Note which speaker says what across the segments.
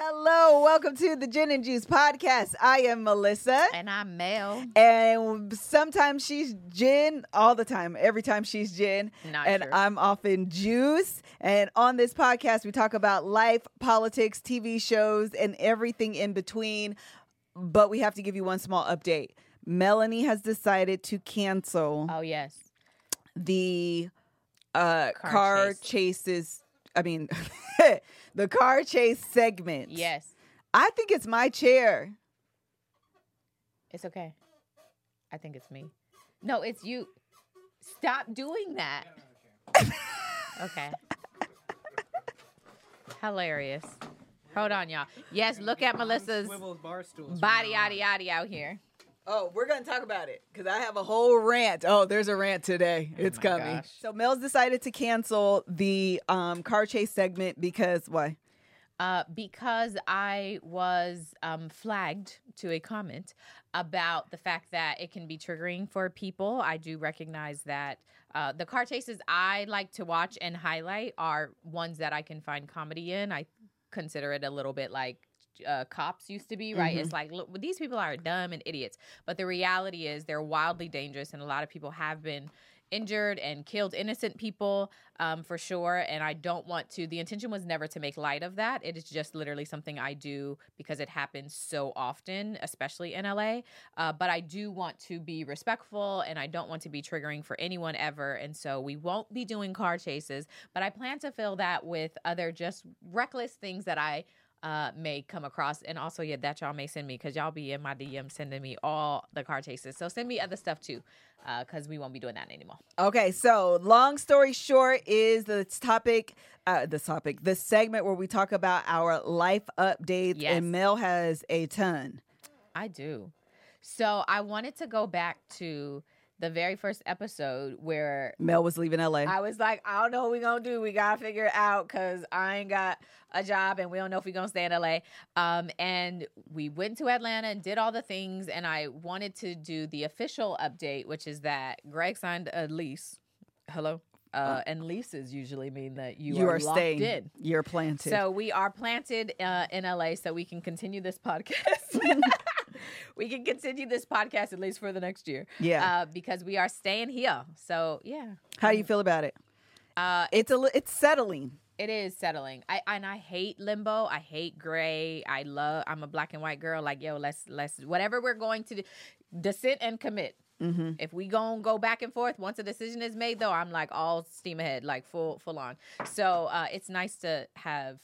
Speaker 1: Hello, welcome to the Gin and Juice podcast. I am Melissa,
Speaker 2: And I'm Mel.
Speaker 1: and sometimes she's Gin, all the time. Every time she's Gin,
Speaker 2: Not
Speaker 1: and
Speaker 2: sure.
Speaker 1: I'm often Juice. And on this podcast, we talk about life, politics, TV shows, and everything in between. But we have to give you one small update. Melanie has decided to cancel
Speaker 2: Oh yes.
Speaker 1: the uh, car,
Speaker 2: Car chase.
Speaker 1: chases. I mean, the car chase segment.
Speaker 2: Yes.
Speaker 1: I think it's my chair.
Speaker 2: It's okay. I think it's me. No, it's you. Stop doing that. okay. Hilarious. Hold on, y'all. Yes, look at Melissa's body, yaddy, yaddy out here.
Speaker 1: Oh, we're gonna talk about it because I have a whole rant. Oh, there's a rant today. It's
Speaker 2: Oh my
Speaker 1: coming.
Speaker 2: gosh.
Speaker 1: So Mel's decided to cancel the um, car chase segment because why?
Speaker 2: Uh, because I was um, flagged to a comment about the fact that it can be triggering for people. I do recognize that uh, the car chases I like to watch and highlight are ones that I can find comedy in. I consider it a little bit like uh, cops used to be, right? It's like, look, well, these people are dumb and idiots. But the reality is they're wildly dangerous, and a lot of people have been injured and killed innocent people um, for sure. And I don't want to, the intention was never to make light of that. It is just literally something I do because it happens so often, especially in LA. Uh, but I do want to be respectful and I don't want to be triggering for anyone ever. And so we won't be doing car chases, but I plan to fill that with other just reckless things that I uh, may come across. And also, yeah, that y'all may send me because y'all be in my DM sending me all the car chases. So send me other stuff too because we won't be doing that anymore.
Speaker 1: Okay, so long story short is this topic, uh, this topic, the segment where we talk about our life updates,
Speaker 2: Yes.
Speaker 1: and Mel has a ton.
Speaker 2: I do. So I wanted to go back to the very first episode where
Speaker 1: Mel was leaving LA.
Speaker 2: I was like, I don't know what we gonna do. We gotta figure it out because I ain't got a job and we don't know if we gonna stay in LA. Um, and we went to Atlanta and did all the things. And I wanted to do the official update, which is that Greg signed a lease. Hello. Uh, and leases usually mean that you,
Speaker 1: Oh. you
Speaker 2: are,
Speaker 1: are
Speaker 2: locked
Speaker 1: staying.
Speaker 2: in.
Speaker 1: You're planted.
Speaker 2: So we are planted uh, in LA so we can continue this podcast. we can continue this podcast at least for the next year.
Speaker 1: Yeah.
Speaker 2: Uh, because we are staying here. So, yeah.
Speaker 1: How do you feel about it?
Speaker 2: um, Uh,
Speaker 1: It's a li- it's settling.
Speaker 2: it is settling. I and I hate limbo. I hate gray. I love. I'm a black and white girl. Like yo, let's let's whatever we're going to do, dissent and commit.
Speaker 1: Mm-hmm.
Speaker 2: If we gonna go back and forth, once a decision is made, though, I'm like all steam ahead, like full full on. So uh, it's nice to have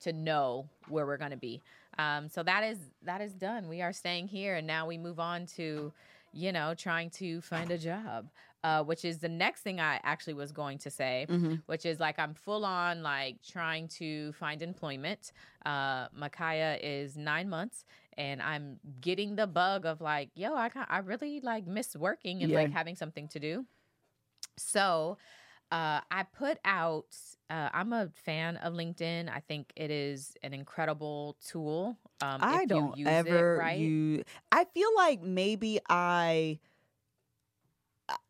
Speaker 2: to know where we're gonna be. Um, so that is that is done. We are staying here, and now we move on to, you know, trying to find a job, uh, which is the next thing I actually was going to say,
Speaker 1: Mm-hmm.
Speaker 2: which is like I'm full on like trying to find employment. Uh, Makaya is nine months, and I'm getting the bug of like, yo, I can I really like miss working and
Speaker 1: Yeah.
Speaker 2: like having something to do. So uh, I put out, uh, I'm a fan of LinkedIn. I think it is an incredible tool. Um, if
Speaker 1: I
Speaker 2: you
Speaker 1: don't
Speaker 2: use it
Speaker 1: ever
Speaker 2: right.
Speaker 1: you I feel like maybe I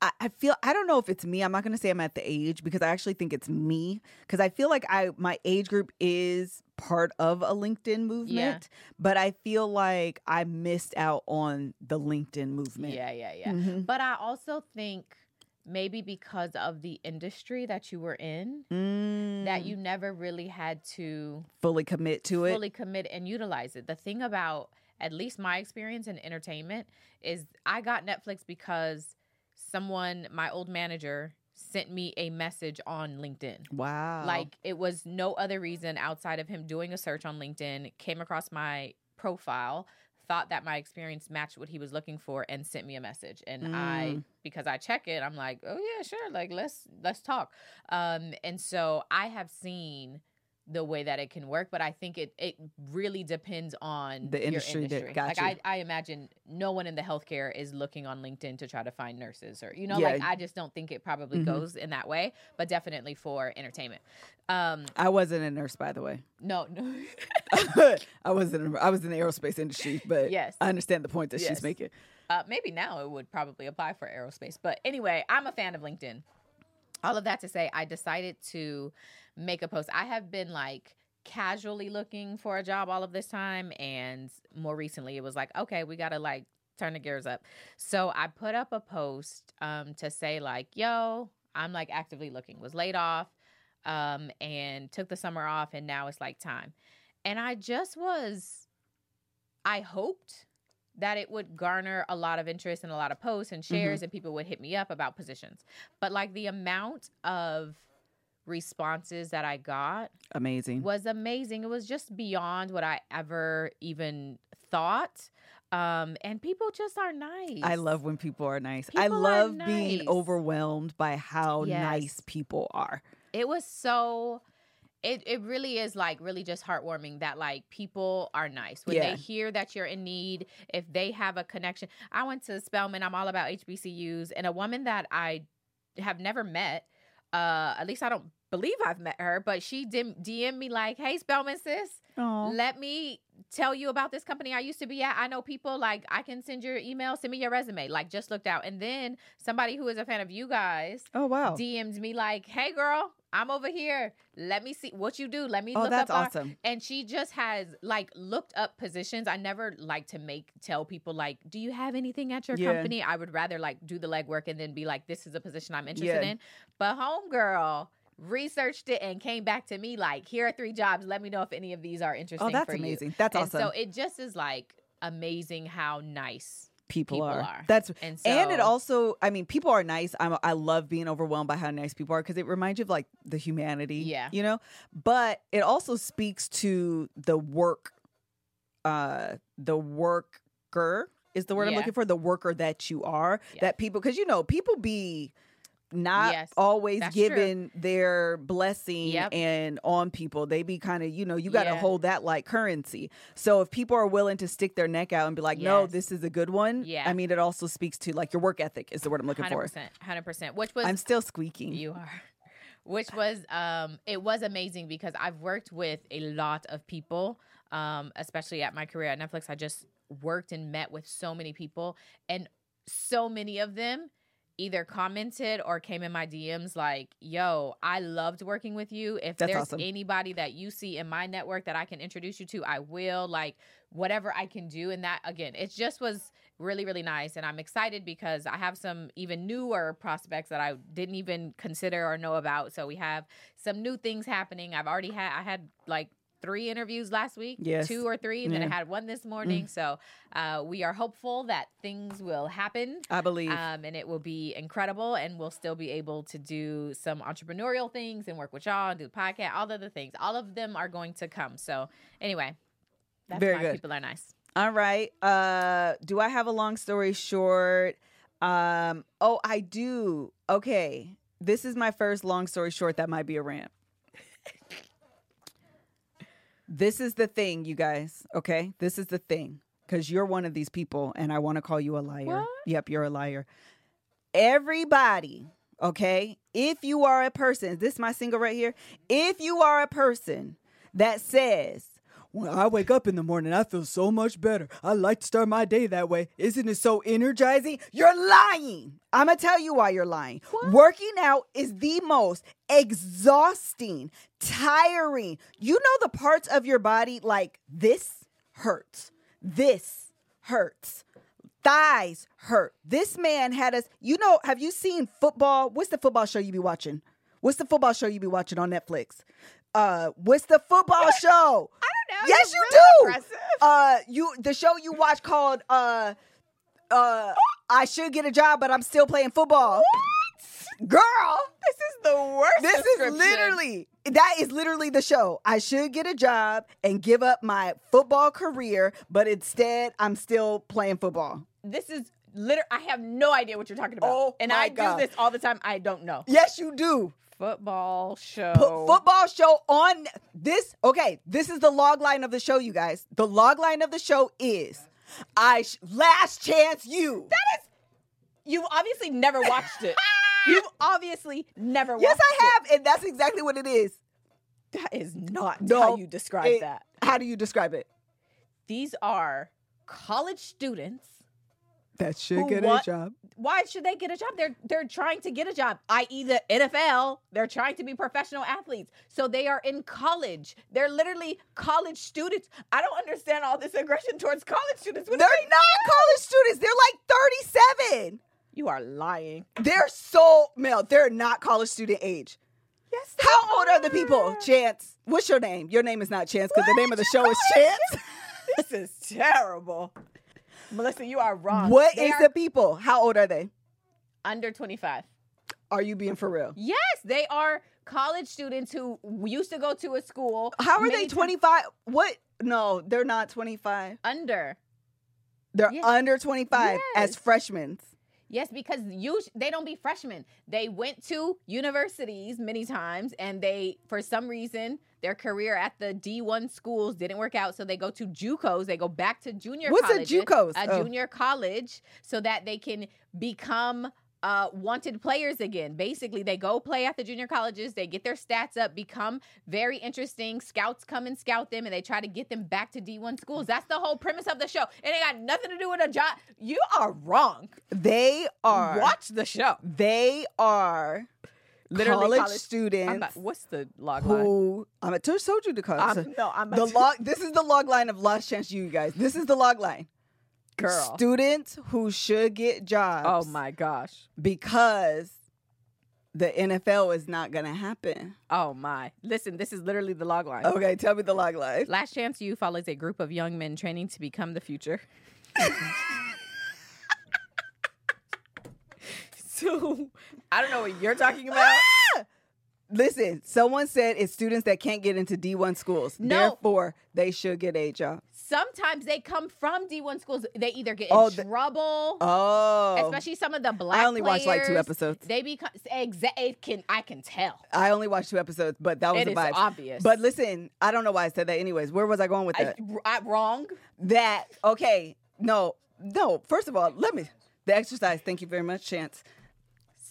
Speaker 1: I, I feel I don't know if it's me. I'm not going to say I'm at the age because I actually think it's me because I feel like I my age group is part of a LinkedIn movement, but I feel like I missed out on the LinkedIn movement.
Speaker 2: yeah, yeah, yeah.
Speaker 1: Mhm.
Speaker 2: But I also think maybe because of the industry that you were in, that
Speaker 1: Mm,
Speaker 2: you never really had to
Speaker 1: fully commit to it.
Speaker 2: fully commit and utilize it. The thing about at least my experience in entertainment is I got Netflix because someone, my old manager, sent me a message on LinkedIn.
Speaker 1: Wow.
Speaker 2: Like it was no other reason outside of him doing a search on LinkedIn, came across my profile, thought that my experience matched what he was looking for and sent me a message. And
Speaker 1: Mm.
Speaker 2: I because I check it, I'm like, "Oh yeah, sure, like let's let's talk." Um and so I have seen the way that it can work, but I think it it really depends on
Speaker 1: The
Speaker 2: your
Speaker 1: industry that-
Speaker 2: industry.
Speaker 1: got
Speaker 2: like
Speaker 1: you.
Speaker 2: I, I imagine no one in the healthcare is looking on LinkedIn to try to find nurses or you know
Speaker 1: Yeah.
Speaker 2: like I just don't think it probably
Speaker 1: Mhm.
Speaker 2: goes in that way, but definitely for entertainment. Um
Speaker 1: I wasn't a nurse, by the way.
Speaker 2: no no
Speaker 1: I wasn't. I was in the aerospace industry, but
Speaker 2: yes.
Speaker 1: I understand the point that
Speaker 2: Yes.
Speaker 1: she's making.
Speaker 2: Uh, maybe now it would probably apply for aerospace. But anyway, I'm a fan of LinkedIn. All of that to say, I decided to make a post. I have been like casually looking for a job all of this time. And more recently, it was like, okay, we got to like turn the gears up. So I put up a post um, to say, like, yo, I'm like actively looking, was laid off um, and took the summer off. And now it's like time. And I just was, I hoped that it would garner a lot of interest and a lot of posts and shares and people would hit me up about positions but like the amount of responses that i got
Speaker 1: Amazing.
Speaker 2: was amazing it was just beyond what i ever even thought um and people just are nice
Speaker 1: I love when people are nice. I
Speaker 2: People are
Speaker 1: love being
Speaker 2: nice.
Speaker 1: overwhelmed by how
Speaker 2: Yes.
Speaker 1: nice people are.
Speaker 2: it was so it, it really is like really just heartwarming that like people are nice when
Speaker 1: Yeah.
Speaker 2: they hear that you're in need if they have a connection i went to spelman i'm all about hbcus and a woman that i have never met uh at least i don't believe i've met her but she dim- dm me like hey spelman sis
Speaker 1: Oh,
Speaker 2: let me tell you about this company I used to be at. I know people like I can send your email, send me your resume. Like just looked out. And then somebody who is a fan of you guys
Speaker 1: oh wow.
Speaker 2: DM'd me like, "Hey girl, I'm over here. Let me see what you do. Let me
Speaker 1: Oh,
Speaker 2: look
Speaker 1: that's
Speaker 2: up our-"
Speaker 1: awesome.
Speaker 2: And she just has like looked up positions. I never like to make tell people like, "Do you have anything at your
Speaker 1: Yeah.
Speaker 2: company?" I would rather like do the legwork and then be like, "This is a position I'm interested
Speaker 1: Yeah.
Speaker 2: in." But homegirl researched it and came back to me like, "Here are three jobs. Let me know if any of these are interesting
Speaker 1: Oh, that's
Speaker 2: for you."
Speaker 1: amazing. That's
Speaker 2: and
Speaker 1: awesome.
Speaker 2: so it just is like amazing how nice
Speaker 1: people,
Speaker 2: people
Speaker 1: are.
Speaker 2: are.
Speaker 1: That's
Speaker 2: and so
Speaker 1: and it also. I mean, people are nice. I'm, I love being overwhelmed by how nice people are because it reminds you of like the humanity.
Speaker 2: Yeah.
Speaker 1: you know. But it also speaks to the work, uh, the worker is the word I'm
Speaker 2: Yeah.
Speaker 1: looking for. The worker that you are.
Speaker 2: Yeah.
Speaker 1: That people, because you know, people be not
Speaker 2: Yes.
Speaker 1: always
Speaker 2: That's true.
Speaker 1: given their blessing
Speaker 2: Yep.
Speaker 1: and on people. They be kind of, you know, you got to
Speaker 2: Yeah.
Speaker 1: hold that like currency. So if people are willing to stick their neck out and be like, no,
Speaker 2: Yes.
Speaker 1: this is a good one.
Speaker 2: Yeah.
Speaker 1: I mean, it also speaks to like your work ethic is the word I'm looking for.
Speaker 2: 100%, 100%, which was
Speaker 1: I'm still squeaking.
Speaker 2: You are. Which was um it was amazing because I've worked with a lot of people, um, especially at my career at Netflix. I just worked and met with so many people and so many of them either commented or came in my DMs like, yo, I loved working with you. If
Speaker 1: That's
Speaker 2: there's
Speaker 1: awesome.
Speaker 2: anybody that you see in my network that I can introduce you to, I will. Like whatever I can do. And that again, it just was really, really nice. And I'm excited because I have some even newer prospects that I didn't even consider or know about. So we have some new things happening. I've already had I had like three interviews last week,
Speaker 1: Yes.
Speaker 2: two or three, and then
Speaker 1: Yeah.
Speaker 2: I had one this morning. So uh, we are hopeful that things will happen.
Speaker 1: I believe.
Speaker 2: Um, and it will be incredible, and we'll still be able to do some entrepreneurial things and work with y'all and do the podcast, all the other things. All of them are going to come. So, anyway, that's
Speaker 1: Very
Speaker 2: why
Speaker 1: good.
Speaker 2: people are nice.
Speaker 1: All right. Uh, do I have a long story short? Um, oh, I do. Okay. This is my first long story short that might be a rant. this is the thing, you guys. Okay. This is the thing. Because you're one of these people, and I want to call you a liar.
Speaker 2: What?
Speaker 1: Yep, you're a liar. Everybody, okay? If you are a person, this is my single right here. If you are a person that says, when I wake up in the morning, I feel so much better. I like to start my day that way. Isn't it so energizing? You're lying. I'm going to tell you why you're lying. Working out is the most exhausting, tiring. You know the parts of your body like this hurts, this hurts, thighs hurt. This man had us, you know, have you seen football? What's the football show you be watching? What's the football show you be watching on Netflix? Uh, what's the football show?
Speaker 2: don't know.
Speaker 1: Yes,
Speaker 2: You're
Speaker 1: you
Speaker 2: really
Speaker 1: do.
Speaker 2: aggressive.
Speaker 1: Uh, you the show you watch called uh, uh, I should get a job, but I'm still playing football. Girl,
Speaker 2: This is the worst.
Speaker 1: this is
Speaker 2: description.
Speaker 1: literally that is literally the show. I should get a job and give up my football career, but instead I'm still playing football.
Speaker 2: This is liter- I have no idea what you're talking about.
Speaker 3: Oh,
Speaker 2: and
Speaker 3: my
Speaker 2: I
Speaker 3: God.
Speaker 2: do this all the time. I don't know.
Speaker 3: Yes, you do.
Speaker 2: Football show.
Speaker 1: Put football show on this. Okay, this is the log line of the show, you guys. The log line of the show is I sh- last chance you.
Speaker 2: You've obviously never watched it. You've obviously never watched
Speaker 1: yes,
Speaker 2: it.
Speaker 1: I have, and that's exactly what it is.
Speaker 2: That is not
Speaker 1: No,
Speaker 2: how you describe
Speaker 1: it-
Speaker 2: that.
Speaker 1: How do you describe it?
Speaker 2: These are college students.
Speaker 1: That
Speaker 2: Who
Speaker 1: should get
Speaker 2: what-
Speaker 1: a job.
Speaker 2: Why should they get a job? They're they're trying to get a job, i.e. the NFL. They're trying to be professional athletes. So they are in college. They're literally college students. I don't understand all this aggression towards college students. What
Speaker 1: They're
Speaker 2: do
Speaker 1: not
Speaker 2: they-
Speaker 1: college students. They're like 37.
Speaker 2: you are lying.
Speaker 1: They're so male. They're not college student age.
Speaker 2: Yes.
Speaker 1: How old are the people? Chance. What's your name? Your name is not Chance because the name of the show is Chance.
Speaker 2: This is terrible. Melissa, you are wrong.
Speaker 1: What
Speaker 2: They
Speaker 1: is
Speaker 2: are
Speaker 1: the people? How old are they?
Speaker 2: under 25?
Speaker 1: Are you being for real?
Speaker 2: Yes, they are college students who used to go to a school.
Speaker 1: How are
Speaker 2: many
Speaker 1: they
Speaker 2: times
Speaker 1: 25? What? No, they're not 25.
Speaker 2: under?
Speaker 1: They're
Speaker 2: Yes.
Speaker 1: under 25 as
Speaker 2: Yes.
Speaker 1: freshmen.
Speaker 2: Yes, because you they don't be freshmen. They went to universities many times, and they for some reason their career at the D one schools didn't work out, so they go to JUCOs. They go back to junior.
Speaker 1: What's a
Speaker 2: colleges,
Speaker 1: JUCOs?
Speaker 2: A
Speaker 1: Oh.
Speaker 2: junior college, so that they can become. Uh, wanted players again. Basically, they go play at the junior colleges. They get their stats up, become very interesting. Scouts come and scout them, and they try to get them back to D1 schools. That's the whole premise of the show. It ain't got nothing to do with a job. You are wrong.
Speaker 1: They are.
Speaker 2: Watch the show.
Speaker 1: They are
Speaker 2: Literally
Speaker 1: college,
Speaker 2: college-
Speaker 1: students
Speaker 2: I'm not- what's the log line?
Speaker 1: who. I'm a I told you to call.
Speaker 2: I'm, no, I'm
Speaker 1: the
Speaker 2: a
Speaker 1: log. This is the log line of last chance. You guys. This is the log line.
Speaker 2: girl.
Speaker 1: Students who should get jobs.
Speaker 2: Oh my gosh.
Speaker 1: Because the NFL is not gonna happen.
Speaker 2: Oh my. Listen, this is literally the log line.
Speaker 1: Okay, tell me the log line.
Speaker 2: Last Chance You follows a group of young men training to become the future. so, I don't know what you're talking about.
Speaker 1: Listen, someone said it's students that can't get into D1 schools.
Speaker 2: No.
Speaker 1: Therefore, they should get a job.
Speaker 2: Sometimes they come from D1 schools. They either get in
Speaker 1: Oh, the-
Speaker 2: trouble,
Speaker 1: Oh.
Speaker 2: especially some of the black
Speaker 1: I only watched like two
Speaker 2: players.
Speaker 1: episodes.
Speaker 2: They become exa- it can I can tell.
Speaker 1: I only watched two episodes, but that was
Speaker 2: It
Speaker 1: the
Speaker 2: is
Speaker 1: vibe.
Speaker 2: obvious.
Speaker 1: But listen, I don't know why I said that anyways. Where was I going with
Speaker 2: I,
Speaker 1: that?
Speaker 2: I, wrong.
Speaker 1: that okay. No. No. First of all, let me the exercise. Thank you very much, Chance.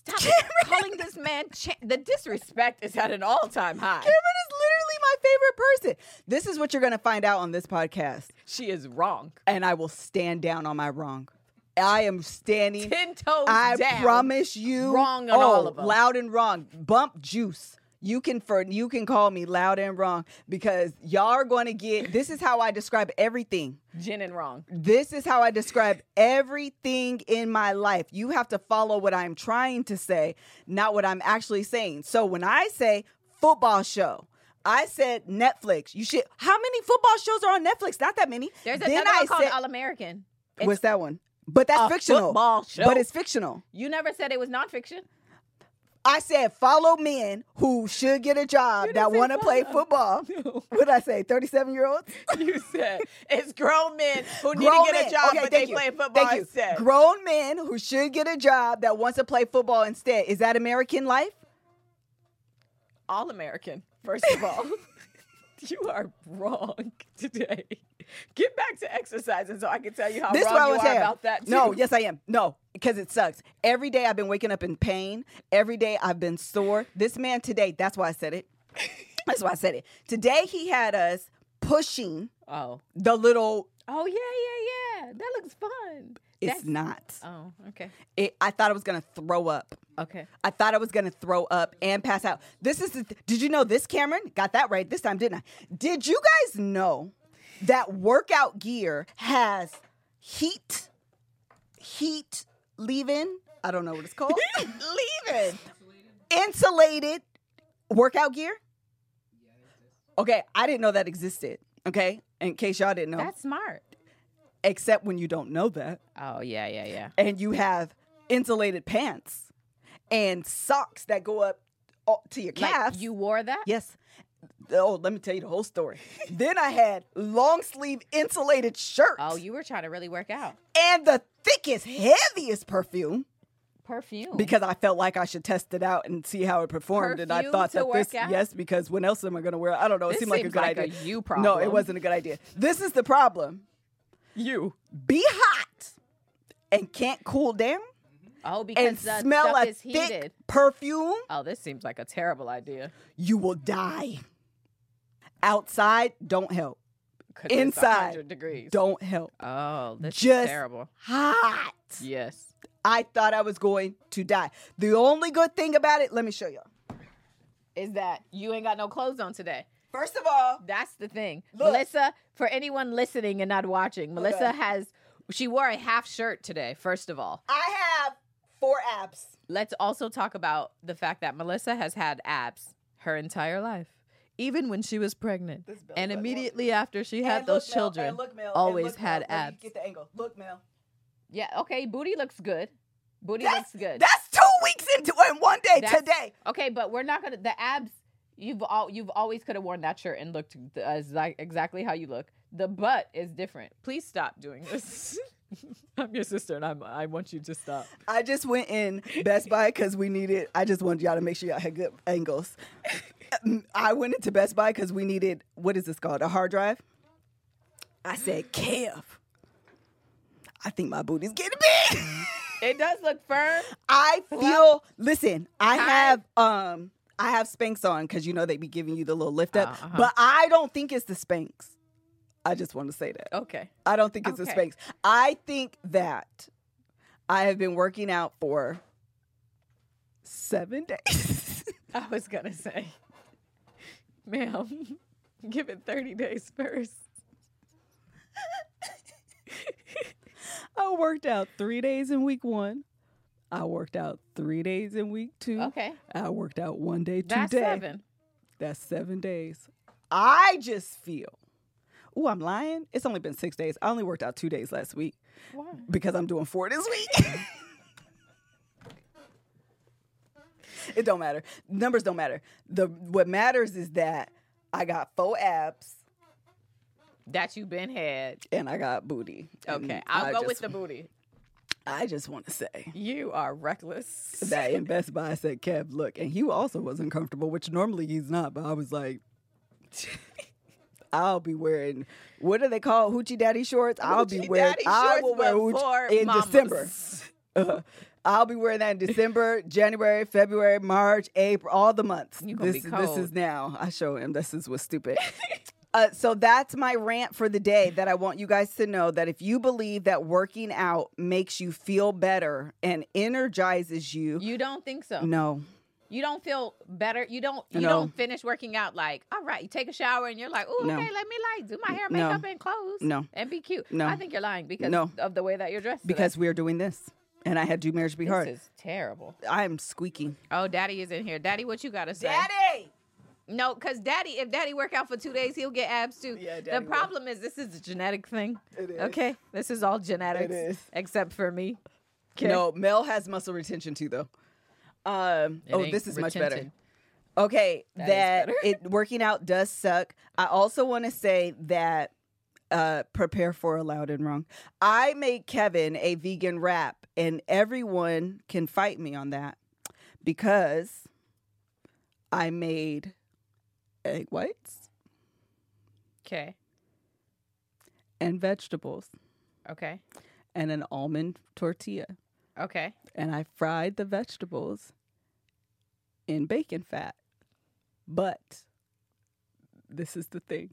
Speaker 2: Stop calling this man. Cha- the disrespect is at an all-time high.
Speaker 1: Cameron is literally my favorite person. This is what you're going to find out on this podcast,
Speaker 2: She is wrong.
Speaker 1: and I will stand down on my wrong. I am standing.
Speaker 2: Ten toes
Speaker 1: I
Speaker 2: down.
Speaker 1: promise you, oh,
Speaker 2: Wrong on all of 'em.
Speaker 1: Loud and wrong. Bump juice. You can for you can call me loud and wrong because y'all are going to get. This is how I describe everything.
Speaker 2: Gin and wrong.
Speaker 1: This is how I describe everything in my life. You have to follow what I'm trying to say, not what I'm actually saying. So when I say football show, I said Netflix. You should. How many football shows are on Netflix? Not that many.
Speaker 2: There's
Speaker 1: Then
Speaker 2: another
Speaker 1: I
Speaker 2: one called
Speaker 1: said-
Speaker 2: All American. It's
Speaker 1: What's that one? But that's
Speaker 2: a
Speaker 1: fictional.
Speaker 2: football show.
Speaker 1: But it's fictional.
Speaker 2: You never said it was nonfiction.
Speaker 1: I said follow men who should get a job
Speaker 2: You
Speaker 1: that
Speaker 2: didn't say
Speaker 1: want to play football. What did I say? Thirty-seven year olds.
Speaker 2: you said it's grown men who need
Speaker 1: Grown
Speaker 2: to get
Speaker 1: men.
Speaker 2: a job,
Speaker 1: Okay,
Speaker 2: but they
Speaker 1: thank you.
Speaker 2: play football
Speaker 1: Thank you.
Speaker 2: instead.
Speaker 1: Grown men who should get a job that wants to play football instead. Is that American life?
Speaker 2: all American. First of all, you are wrong today. Get back to exercising so I can tell you how
Speaker 1: this is
Speaker 2: wrong
Speaker 1: what I
Speaker 2: you
Speaker 1: was
Speaker 2: are
Speaker 1: saying.
Speaker 2: about that. Too.
Speaker 1: No, yes, I am. No, because it sucks. Every day I've been waking up in pain. Every day I've been sore. This man today, that's why I said it. that's why I said it. Today he had us pushing
Speaker 2: Oh.
Speaker 1: the little.
Speaker 2: Oh yeah, yeah, yeah. That looks fun.
Speaker 1: It's
Speaker 2: That's-
Speaker 1: not.
Speaker 2: Oh, okay.
Speaker 1: It, I thought I was gonna throw up.
Speaker 2: Okay.
Speaker 1: I thought I was gonna throw up and pass out. This is. The, did you know this, Cameron? Got that right this time, didn't I? Did you guys know that workout gear has heat, heat leave-in? I don't know what it's called. leave-in, insulated workout gear. Okay, I didn't know that existed. Okay, in case y'all didn't know,
Speaker 2: That's smart.
Speaker 1: except when you don't know that
Speaker 2: Oh yeah, yeah, yeah.
Speaker 1: and you have insulated pants and socks that go up all- to your
Speaker 2: Like,
Speaker 1: calves.
Speaker 2: you wore that?
Speaker 1: yes, oh, let me tell you the whole story. then I had long sleeve insulated shirts
Speaker 2: Oh, you were trying to really work out.
Speaker 1: and the thickest, heaviest perfume
Speaker 2: Perfume.
Speaker 1: because I felt like I should test it out and see how it performed. and I
Speaker 2: Perfume
Speaker 1: thought
Speaker 2: to
Speaker 1: that this,
Speaker 2: work out?
Speaker 1: yes, because when else am I going to wear? it? I don't know. It
Speaker 2: This
Speaker 1: seemed like a
Speaker 2: seems
Speaker 1: good
Speaker 2: like a
Speaker 1: idea.
Speaker 2: you
Speaker 1: No, it
Speaker 2: problem.
Speaker 1: wasn't a good idea. This is the problem:
Speaker 2: you.
Speaker 1: be hot and can't cool down,
Speaker 2: Oh, because
Speaker 1: and
Speaker 2: the
Speaker 1: smell
Speaker 2: stuff
Speaker 1: a
Speaker 2: is
Speaker 1: thick
Speaker 2: heated.
Speaker 1: perfume.
Speaker 2: Oh, this seems like a terrible idea.
Speaker 1: You will die. Outside don't help.
Speaker 2: 'Cause it's
Speaker 1: Inside,
Speaker 2: 100 degrees.
Speaker 1: Don't help.
Speaker 2: Oh, this
Speaker 1: Just-
Speaker 2: is terrible.
Speaker 1: Hot.
Speaker 2: Yes.
Speaker 1: I thought I was going to die. The only good thing about it, let me show y'all.
Speaker 2: Is that you ain't got no clothes on today?
Speaker 1: First of all,
Speaker 2: That's the thing.
Speaker 1: Look.
Speaker 2: Melissa, for anyone listening and not watching, Melissa
Speaker 1: Okay.
Speaker 2: has she wore a half shirt today, first of all.
Speaker 1: I have four abs.
Speaker 2: Let's also talk about the fact that Melissa has had abs her entire life. Even when she was pregnant.
Speaker 1: This belt
Speaker 2: And
Speaker 1: doesn't
Speaker 2: immediately after she had
Speaker 1: And look,
Speaker 2: those
Speaker 1: Mel, and
Speaker 2: children.
Speaker 1: look, Mel, and
Speaker 2: always
Speaker 1: look, Mel.
Speaker 2: had
Speaker 1: Let me
Speaker 2: abs.
Speaker 1: Get the angle. Look, Mel.
Speaker 2: Yeah, okay, booty looks good. Booty
Speaker 1: That's,
Speaker 2: looks good.
Speaker 1: that's two weeks into it. One day
Speaker 2: That's-
Speaker 1: today.
Speaker 2: Okay, but we're not gonna the abs. You've all you've always could have worn that shirt and looked as like exactly how you look. The butt is different. Please stop doing this. I'm your sister, and I'm I want you to stop.
Speaker 1: I just went in Best Buy because we needed. I just wanted y'all to make sure y'all had good angles. Um, I went into Best Buy because we needed what is this called? A hard drive. I said, "Kev, I think my booty's getting big."
Speaker 2: It does look firm.
Speaker 1: I feel.
Speaker 2: Well-
Speaker 1: listen, I
Speaker 2: Hi.
Speaker 1: have um, I have Spanx on because you know they be giving you the little lift up,
Speaker 2: Uh-huh.
Speaker 1: but I don't think it's the Spanx. I just want to say that
Speaker 2: Okay.
Speaker 1: I don't think it's the
Speaker 2: Okay.
Speaker 1: Spanx. I think that I have been working out for seven days.
Speaker 2: I was gonna say, ma'am, give it 30 days first.
Speaker 1: I worked out three days in week one. I worked out three days in week two.
Speaker 2: Okay,
Speaker 1: I worked out one day, two
Speaker 2: that's
Speaker 1: day.
Speaker 2: seven.
Speaker 1: That's seven days. I just feel. Ooh, I'm lying. It's only been six days. I only worked out two days last week
Speaker 2: Why?
Speaker 1: because I'm doing four this week. it don't matter. Numbers don't matter. The what matters is that I got four abs
Speaker 2: That you been had.
Speaker 1: and I got booty. And
Speaker 2: Okay, I'll
Speaker 1: I
Speaker 2: go
Speaker 1: just-
Speaker 2: with the booty.
Speaker 1: I just want to say
Speaker 2: You are reckless.
Speaker 1: that in Best Buy I said, "Kev, look," and he also wasn't comfortable, which normally he's not. But I was like. I'll be wearing what do they call hoochie daddy shorts? I'll be
Speaker 2: Hoochie
Speaker 1: wearing
Speaker 2: daddy
Speaker 1: I
Speaker 2: shorts,
Speaker 1: will wear
Speaker 2: but
Speaker 1: hoochie
Speaker 2: for
Speaker 1: in December.
Speaker 2: mamas.
Speaker 1: Uh, I'll be wearing that in December, January, February, March, April, all the months.
Speaker 2: You gonna
Speaker 1: this,
Speaker 2: be
Speaker 1: this is
Speaker 2: cold.
Speaker 1: now. I show him this is what's stupid. uh, so that's my rant for the day that I want you guys to know that if you believe that working out makes you feel better and energizes you,
Speaker 2: You don't think so?
Speaker 1: no.
Speaker 2: You don't feel better. You don't. You
Speaker 1: No.
Speaker 2: don't finish working out like, all right. You take a shower and you're like, oh,
Speaker 1: No.
Speaker 2: okay. Let me like do my hair,
Speaker 1: No.
Speaker 2: makeup, and clothes.
Speaker 1: No.
Speaker 2: and be cute.
Speaker 1: No.
Speaker 2: I think you're lying because
Speaker 1: No.
Speaker 2: of the way that you're dressed. today.
Speaker 1: Because we are doing this. And I had Do Marriage Be
Speaker 2: this
Speaker 1: Hard.
Speaker 2: is terrible.
Speaker 1: I'm squeaking.
Speaker 2: Oh, Daddy is in here. Daddy, what you gotta say?
Speaker 1: Daddy!
Speaker 2: No, because Daddy, if Daddy work out for two days, he'll get abs too.
Speaker 1: Yeah,
Speaker 2: the
Speaker 1: Daddy will.
Speaker 2: problem is this is a genetic thing.
Speaker 1: It is.
Speaker 2: Okay, this is all genetics
Speaker 1: is.
Speaker 2: except for me. 'Kay?
Speaker 1: No, Mel has muscle retention too, though. Um,
Speaker 2: It
Speaker 1: oh,
Speaker 2: ain't
Speaker 1: this is much better.
Speaker 2: retention.
Speaker 1: Okay,
Speaker 2: That is
Speaker 1: that,
Speaker 2: better.
Speaker 1: it working out does suck. I also want to say that uh prepare for a loud and wrong. I made Kevin a vegan wrap and everyone can fight me on that because I made egg whites
Speaker 2: Okay.
Speaker 1: and vegetables
Speaker 2: Okay.
Speaker 1: and an almond tortilla
Speaker 2: Okay.
Speaker 1: and I fried the vegetables in bacon fat. But this is the thing.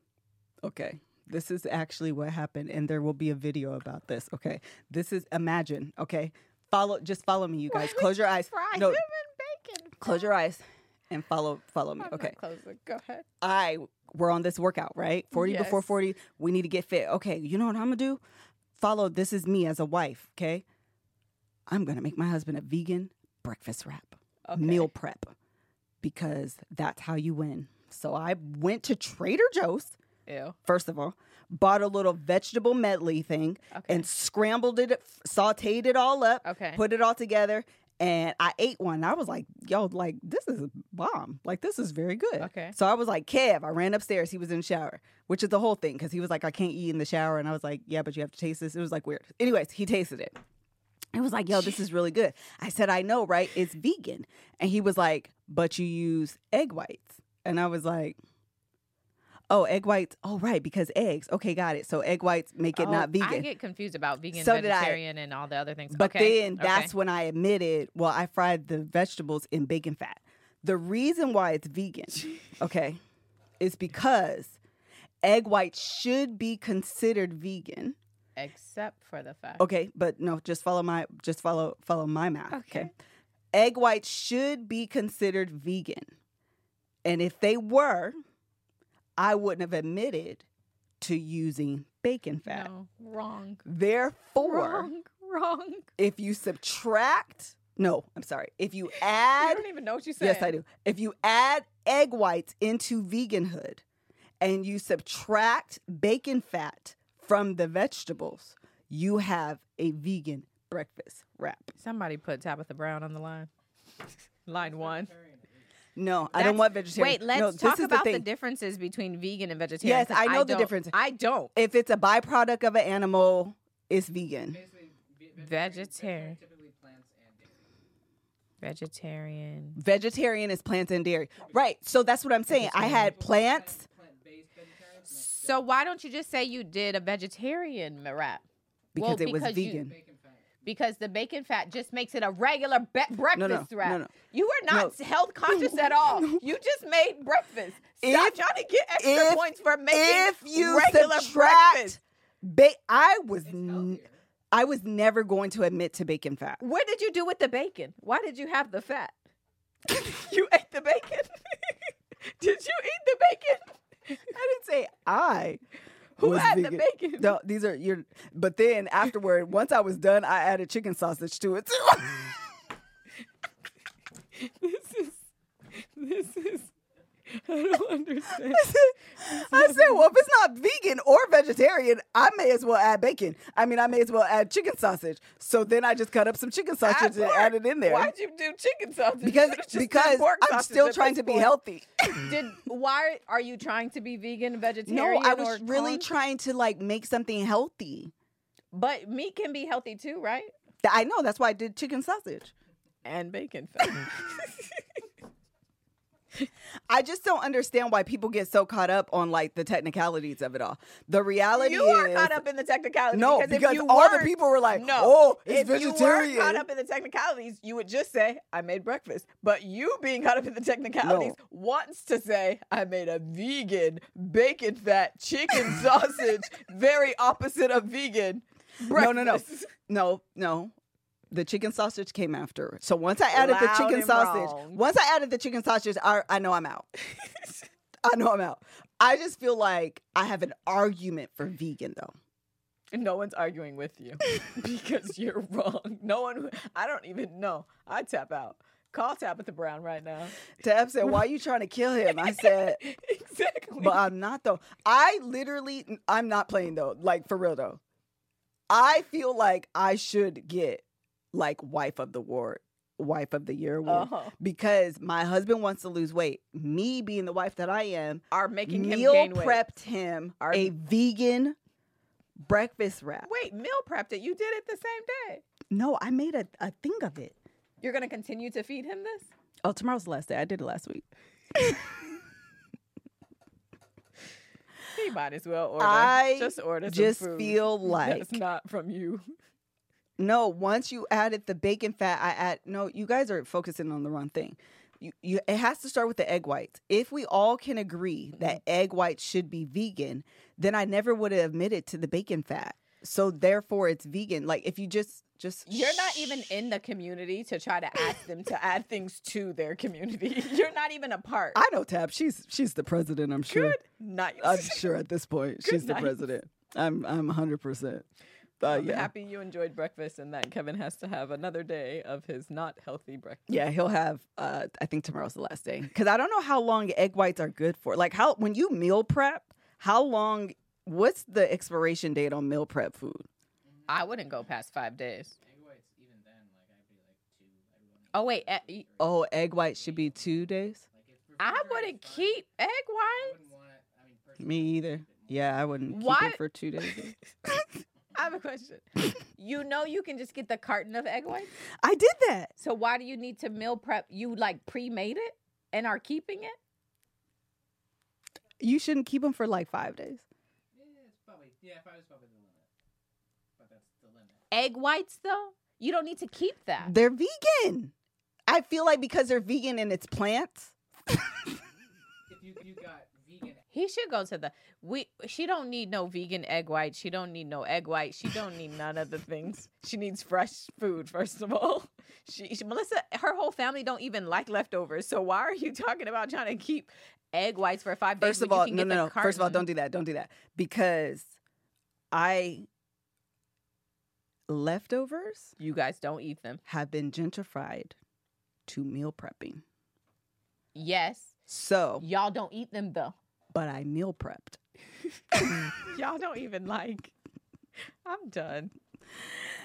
Speaker 1: Okay. This is actually what happened and there will be a video about this. Okay. This is imagine, okay? Follow just follow me you guys. Close your eyes.
Speaker 2: Fry
Speaker 1: No,
Speaker 2: them in bacon.
Speaker 1: close your eyes and follow follow me.
Speaker 2: I'm not
Speaker 1: Okay.
Speaker 2: closing. Go ahead.
Speaker 1: I we're on this workout, right? 40 before
Speaker 2: Yes.
Speaker 1: 40, we need to get fit. Okay, you know what I'm gonna do? Follow this is me as a wife, okay? I'm gonna make my husband a vegan breakfast wrap,
Speaker 2: Okay.
Speaker 1: meal prep, because that's how you win. So I went to Trader Joe's,
Speaker 2: Ew.
Speaker 1: first of all, bought a little vegetable medley thing
Speaker 2: Okay.
Speaker 1: and scrambled it, sauteed it all up,
Speaker 2: Okay.
Speaker 1: put it all together, and I ate one. I was like, yo, like this is a bomb. Like this is very good.
Speaker 2: Okay.
Speaker 1: So I was like, Kev, I ran upstairs. He was in the shower, which is the whole thing because he was like, I can't eat in the shower. And I was like, yeah, but you have to taste this. It was like weird. Anyways, he tasted it. It was like, yo, this is really good. I said, I know, right? It's vegan. And he was like, but you use egg whites. And I was like, oh, egg whites. Oh, right, because eggs. Okay, got it. So egg whites make it
Speaker 2: Oh,
Speaker 1: not vegan.
Speaker 2: I get confused about vegan,
Speaker 1: So did I.
Speaker 2: vegetarian, and all the other things.
Speaker 1: But
Speaker 2: okay.
Speaker 1: then that's when I admitted, well, I fried the vegetables in bacon fat. The reason why it's vegan, okay, is because egg whites should be considered vegan.
Speaker 2: okay. except for the fact.
Speaker 1: Okay, but no, just follow my just follow follow my math. Okay.
Speaker 2: Okay.
Speaker 1: Egg whites should be considered vegan. And if they were, I wouldn't have admitted to using bacon fat.
Speaker 2: No, wrong,
Speaker 1: Therefore,
Speaker 2: wrong, wrong.
Speaker 1: if you subtract, no, I'm sorry. If you
Speaker 2: I
Speaker 1: add,
Speaker 2: don't even know what you said.
Speaker 1: yes, I do. If you add egg whites into veganhood and you subtract bacon fat from the vegetables, you have a vegan breakfast wrap.
Speaker 2: Somebody put Tabitha Brown on the line. line one.
Speaker 1: No, I don't
Speaker 2: That's-
Speaker 1: want vegetarian.
Speaker 2: Wait, let's
Speaker 1: no,
Speaker 2: talk
Speaker 1: this is
Speaker 2: about
Speaker 1: the,
Speaker 2: the,
Speaker 1: thing.
Speaker 2: differences between vegan and vegetarian.
Speaker 1: Yes,
Speaker 2: 'cause
Speaker 1: I know the
Speaker 2: don't-
Speaker 1: difference.
Speaker 2: I don't.
Speaker 1: If it's a byproduct of an animal, it's vegan.
Speaker 2: Vegetarian. Vegetarian.
Speaker 1: Vegetarian is plants and dairy. Right. So that's what I'm saying. I had plants.
Speaker 2: So why don't you just say you did a vegetarian wrap?
Speaker 1: Because
Speaker 2: Well,
Speaker 1: it was
Speaker 2: because you-
Speaker 1: vegan.
Speaker 2: because the bacon fat just makes it a regular be- breakfast wrap.
Speaker 1: no, no.
Speaker 2: You are not
Speaker 1: No.
Speaker 2: health conscious at all. You just made breakfast. Stop
Speaker 1: If-
Speaker 2: trying to get extra
Speaker 1: if-
Speaker 2: points for making
Speaker 1: if you
Speaker 2: regular
Speaker 1: subtract
Speaker 2: breakfast.
Speaker 1: Ba- I was n- I was never going to admit to bacon fat.
Speaker 2: What did you do with the bacon? Why did you have the fat? you ate the bacon. did you eat the bacon?
Speaker 1: I didn't say I.
Speaker 2: Who
Speaker 1: was
Speaker 2: had the
Speaker 1: vegan.
Speaker 2: bacon?
Speaker 1: No, these are your. But then afterward, once I was done, I added chicken sausage to it too.
Speaker 2: This is. This is. I don't understand.
Speaker 1: I said, well, if it's not vegan or vegetarian, I may as well add bacon. I mean, I may as well add chicken sausage. So then I just cut up some chicken sausage and added in there
Speaker 2: Why'd you do chicken sausage? You
Speaker 1: because
Speaker 2: should've just done
Speaker 1: because
Speaker 2: pork
Speaker 1: I'm
Speaker 2: sausage
Speaker 1: still
Speaker 2: at
Speaker 1: trying
Speaker 2: this
Speaker 1: to be
Speaker 2: point.
Speaker 1: healthy.
Speaker 2: Did why are you trying to be vegan,
Speaker 1: No,
Speaker 2: vegetarian?
Speaker 1: I was
Speaker 2: or
Speaker 1: really
Speaker 2: con-
Speaker 1: trying to like make something healthy.
Speaker 2: But meat can be healthy too, right?
Speaker 1: Th- I know that's why I did chicken sausage.
Speaker 2: And bacon fat.
Speaker 1: I just don't understand why people get so caught up on like the technicalities of it all. The reality
Speaker 2: you are
Speaker 1: is
Speaker 2: caught up in the technicalities.
Speaker 1: No,
Speaker 2: because,
Speaker 1: because
Speaker 2: if you
Speaker 1: all the
Speaker 2: weren't-
Speaker 1: people were like,
Speaker 2: no,
Speaker 1: "Oh, it's
Speaker 2: if you
Speaker 1: vegetarian."
Speaker 2: were caught up in the technicalities, you would just say, "I made breakfast." But you being caught up in the technicalities wants to say, "I made a vegan bacon fat chicken sausage, very opposite of vegan."
Speaker 1: No, no, no.
Speaker 2: breakfast."
Speaker 1: No, no. The chicken sausage came after. So once I added the
Speaker 2: Loud
Speaker 1: chicken
Speaker 2: and
Speaker 1: sausage,
Speaker 2: wrong.
Speaker 1: once I added the chicken sausage, I, I know I'm out. I know I'm out. I just feel like I have an argument for vegan though.
Speaker 2: No one's arguing with you because you're wrong. No one, I don't even know. I tap out. Call Tabitha Brown right now.
Speaker 1: Tab said, "Why are you trying to kill him?" I said,
Speaker 2: exactly.
Speaker 1: But I'm not though. I literally, I'm not playing though. Like for real though, I feel like I should get like wife of the ward, wife of the year award
Speaker 2: Uh-huh.
Speaker 1: because my husband wants to lose weight. Me being the wife that I am,
Speaker 2: Are making
Speaker 1: meal
Speaker 2: him gain weight.
Speaker 1: prepped him
Speaker 2: Are-
Speaker 1: a vegan breakfast wrap.
Speaker 2: Wait, meal prepped it. You did it the same day.
Speaker 1: No, I made a, a thing of it.
Speaker 2: You're gonna continue to feed him this?
Speaker 1: Oh, tomorrow's the last day. I did it last week.
Speaker 2: He might as well order.
Speaker 1: I
Speaker 2: just order. Some
Speaker 1: just
Speaker 2: food
Speaker 1: feel like
Speaker 2: that's not from you.
Speaker 1: No, once you added the bacon fat, I add no, you guys are focusing on the wrong thing. You, you it has to start with the egg whites. If we all can agree
Speaker 2: Mm-hmm.
Speaker 1: that egg whites should be vegan, then I never would have admitted to the bacon fat. So therefore it's vegan. Like if you just just
Speaker 2: You're not even in the community to try to ask them to add things to their community. You're not even a part.
Speaker 1: I know Tab, she's she's the president, I'm sure.
Speaker 2: Good night.
Speaker 1: I'm sure at this point she's the
Speaker 2: night.
Speaker 1: president. I'm I'm 100%. Uh,
Speaker 2: I'm
Speaker 1: yeah.
Speaker 2: happy you enjoyed breakfast and that Kevin has to have another day of his not healthy breakfast.
Speaker 1: Yeah, he'll have. Uh, I think tomorrow's the last day because I don't know how long egg whites are good for. Like how when you meal prep, how long? What's the expiration date on meal prep food?
Speaker 2: I wouldn't go past five days. Oh wait, eh, y-
Speaker 1: Oh, egg whites should be two days.
Speaker 2: I wouldn't keep egg whites.
Speaker 1: Me either. Yeah, I wouldn't keep
Speaker 2: Why-
Speaker 1: it for two days.
Speaker 2: I have a question. you know you can just get the carton of egg whites.
Speaker 1: I did that.
Speaker 2: So why do you need to meal prep? You like pre-made it and are keeping it?
Speaker 1: You shouldn't keep them for like five days.
Speaker 2: Egg whites though, you don't need to keep that.
Speaker 1: They're vegan. I feel like because they're vegan and it's plants.
Speaker 2: He should go to the we. She don't need no vegan egg white. She don't need no egg white. She don't need none of the things. She needs fresh food first of all. She, she- Melissa, her whole family don't even like leftovers. So why are you talking about trying to keep egg whites for five days?
Speaker 1: First of
Speaker 2: when you
Speaker 1: all,
Speaker 2: can
Speaker 1: no,
Speaker 2: get
Speaker 1: no,
Speaker 2: the
Speaker 1: no. First of all, don't
Speaker 2: carton?
Speaker 1: do that. Don't do that because I leftovers
Speaker 2: You guys don't eat them.
Speaker 1: have been gentrified to meal prepping.
Speaker 2: Yes,
Speaker 1: So,
Speaker 2: y'all don't eat them though.
Speaker 1: but I meal prepped.
Speaker 2: Y'all don't even like. I'm done.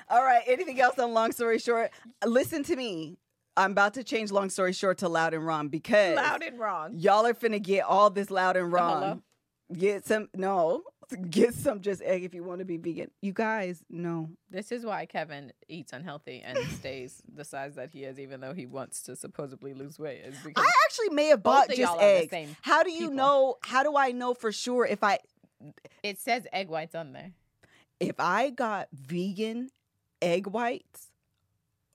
Speaker 1: All right. Anything else on long story short? Listen to me. I'm about to change long story short to loud and wrong because
Speaker 2: Loud and wrong.
Speaker 1: y'all are finna get all this loud and wrong.
Speaker 2: hello?
Speaker 1: Get some no. Get some just egg if you want to be vegan. You guys, no.
Speaker 2: This is why Kevin eats unhealthy and stays the size that he is, even though he wants to supposedly lose weight. Is because
Speaker 1: I actually may have
Speaker 2: Both
Speaker 1: bought
Speaker 2: of
Speaker 1: just
Speaker 2: y'all are the
Speaker 1: eggs.
Speaker 2: same
Speaker 1: How do you
Speaker 2: people.
Speaker 1: know? How do I know for sure if I
Speaker 2: it says egg whites on there.
Speaker 1: if I got vegan egg whites?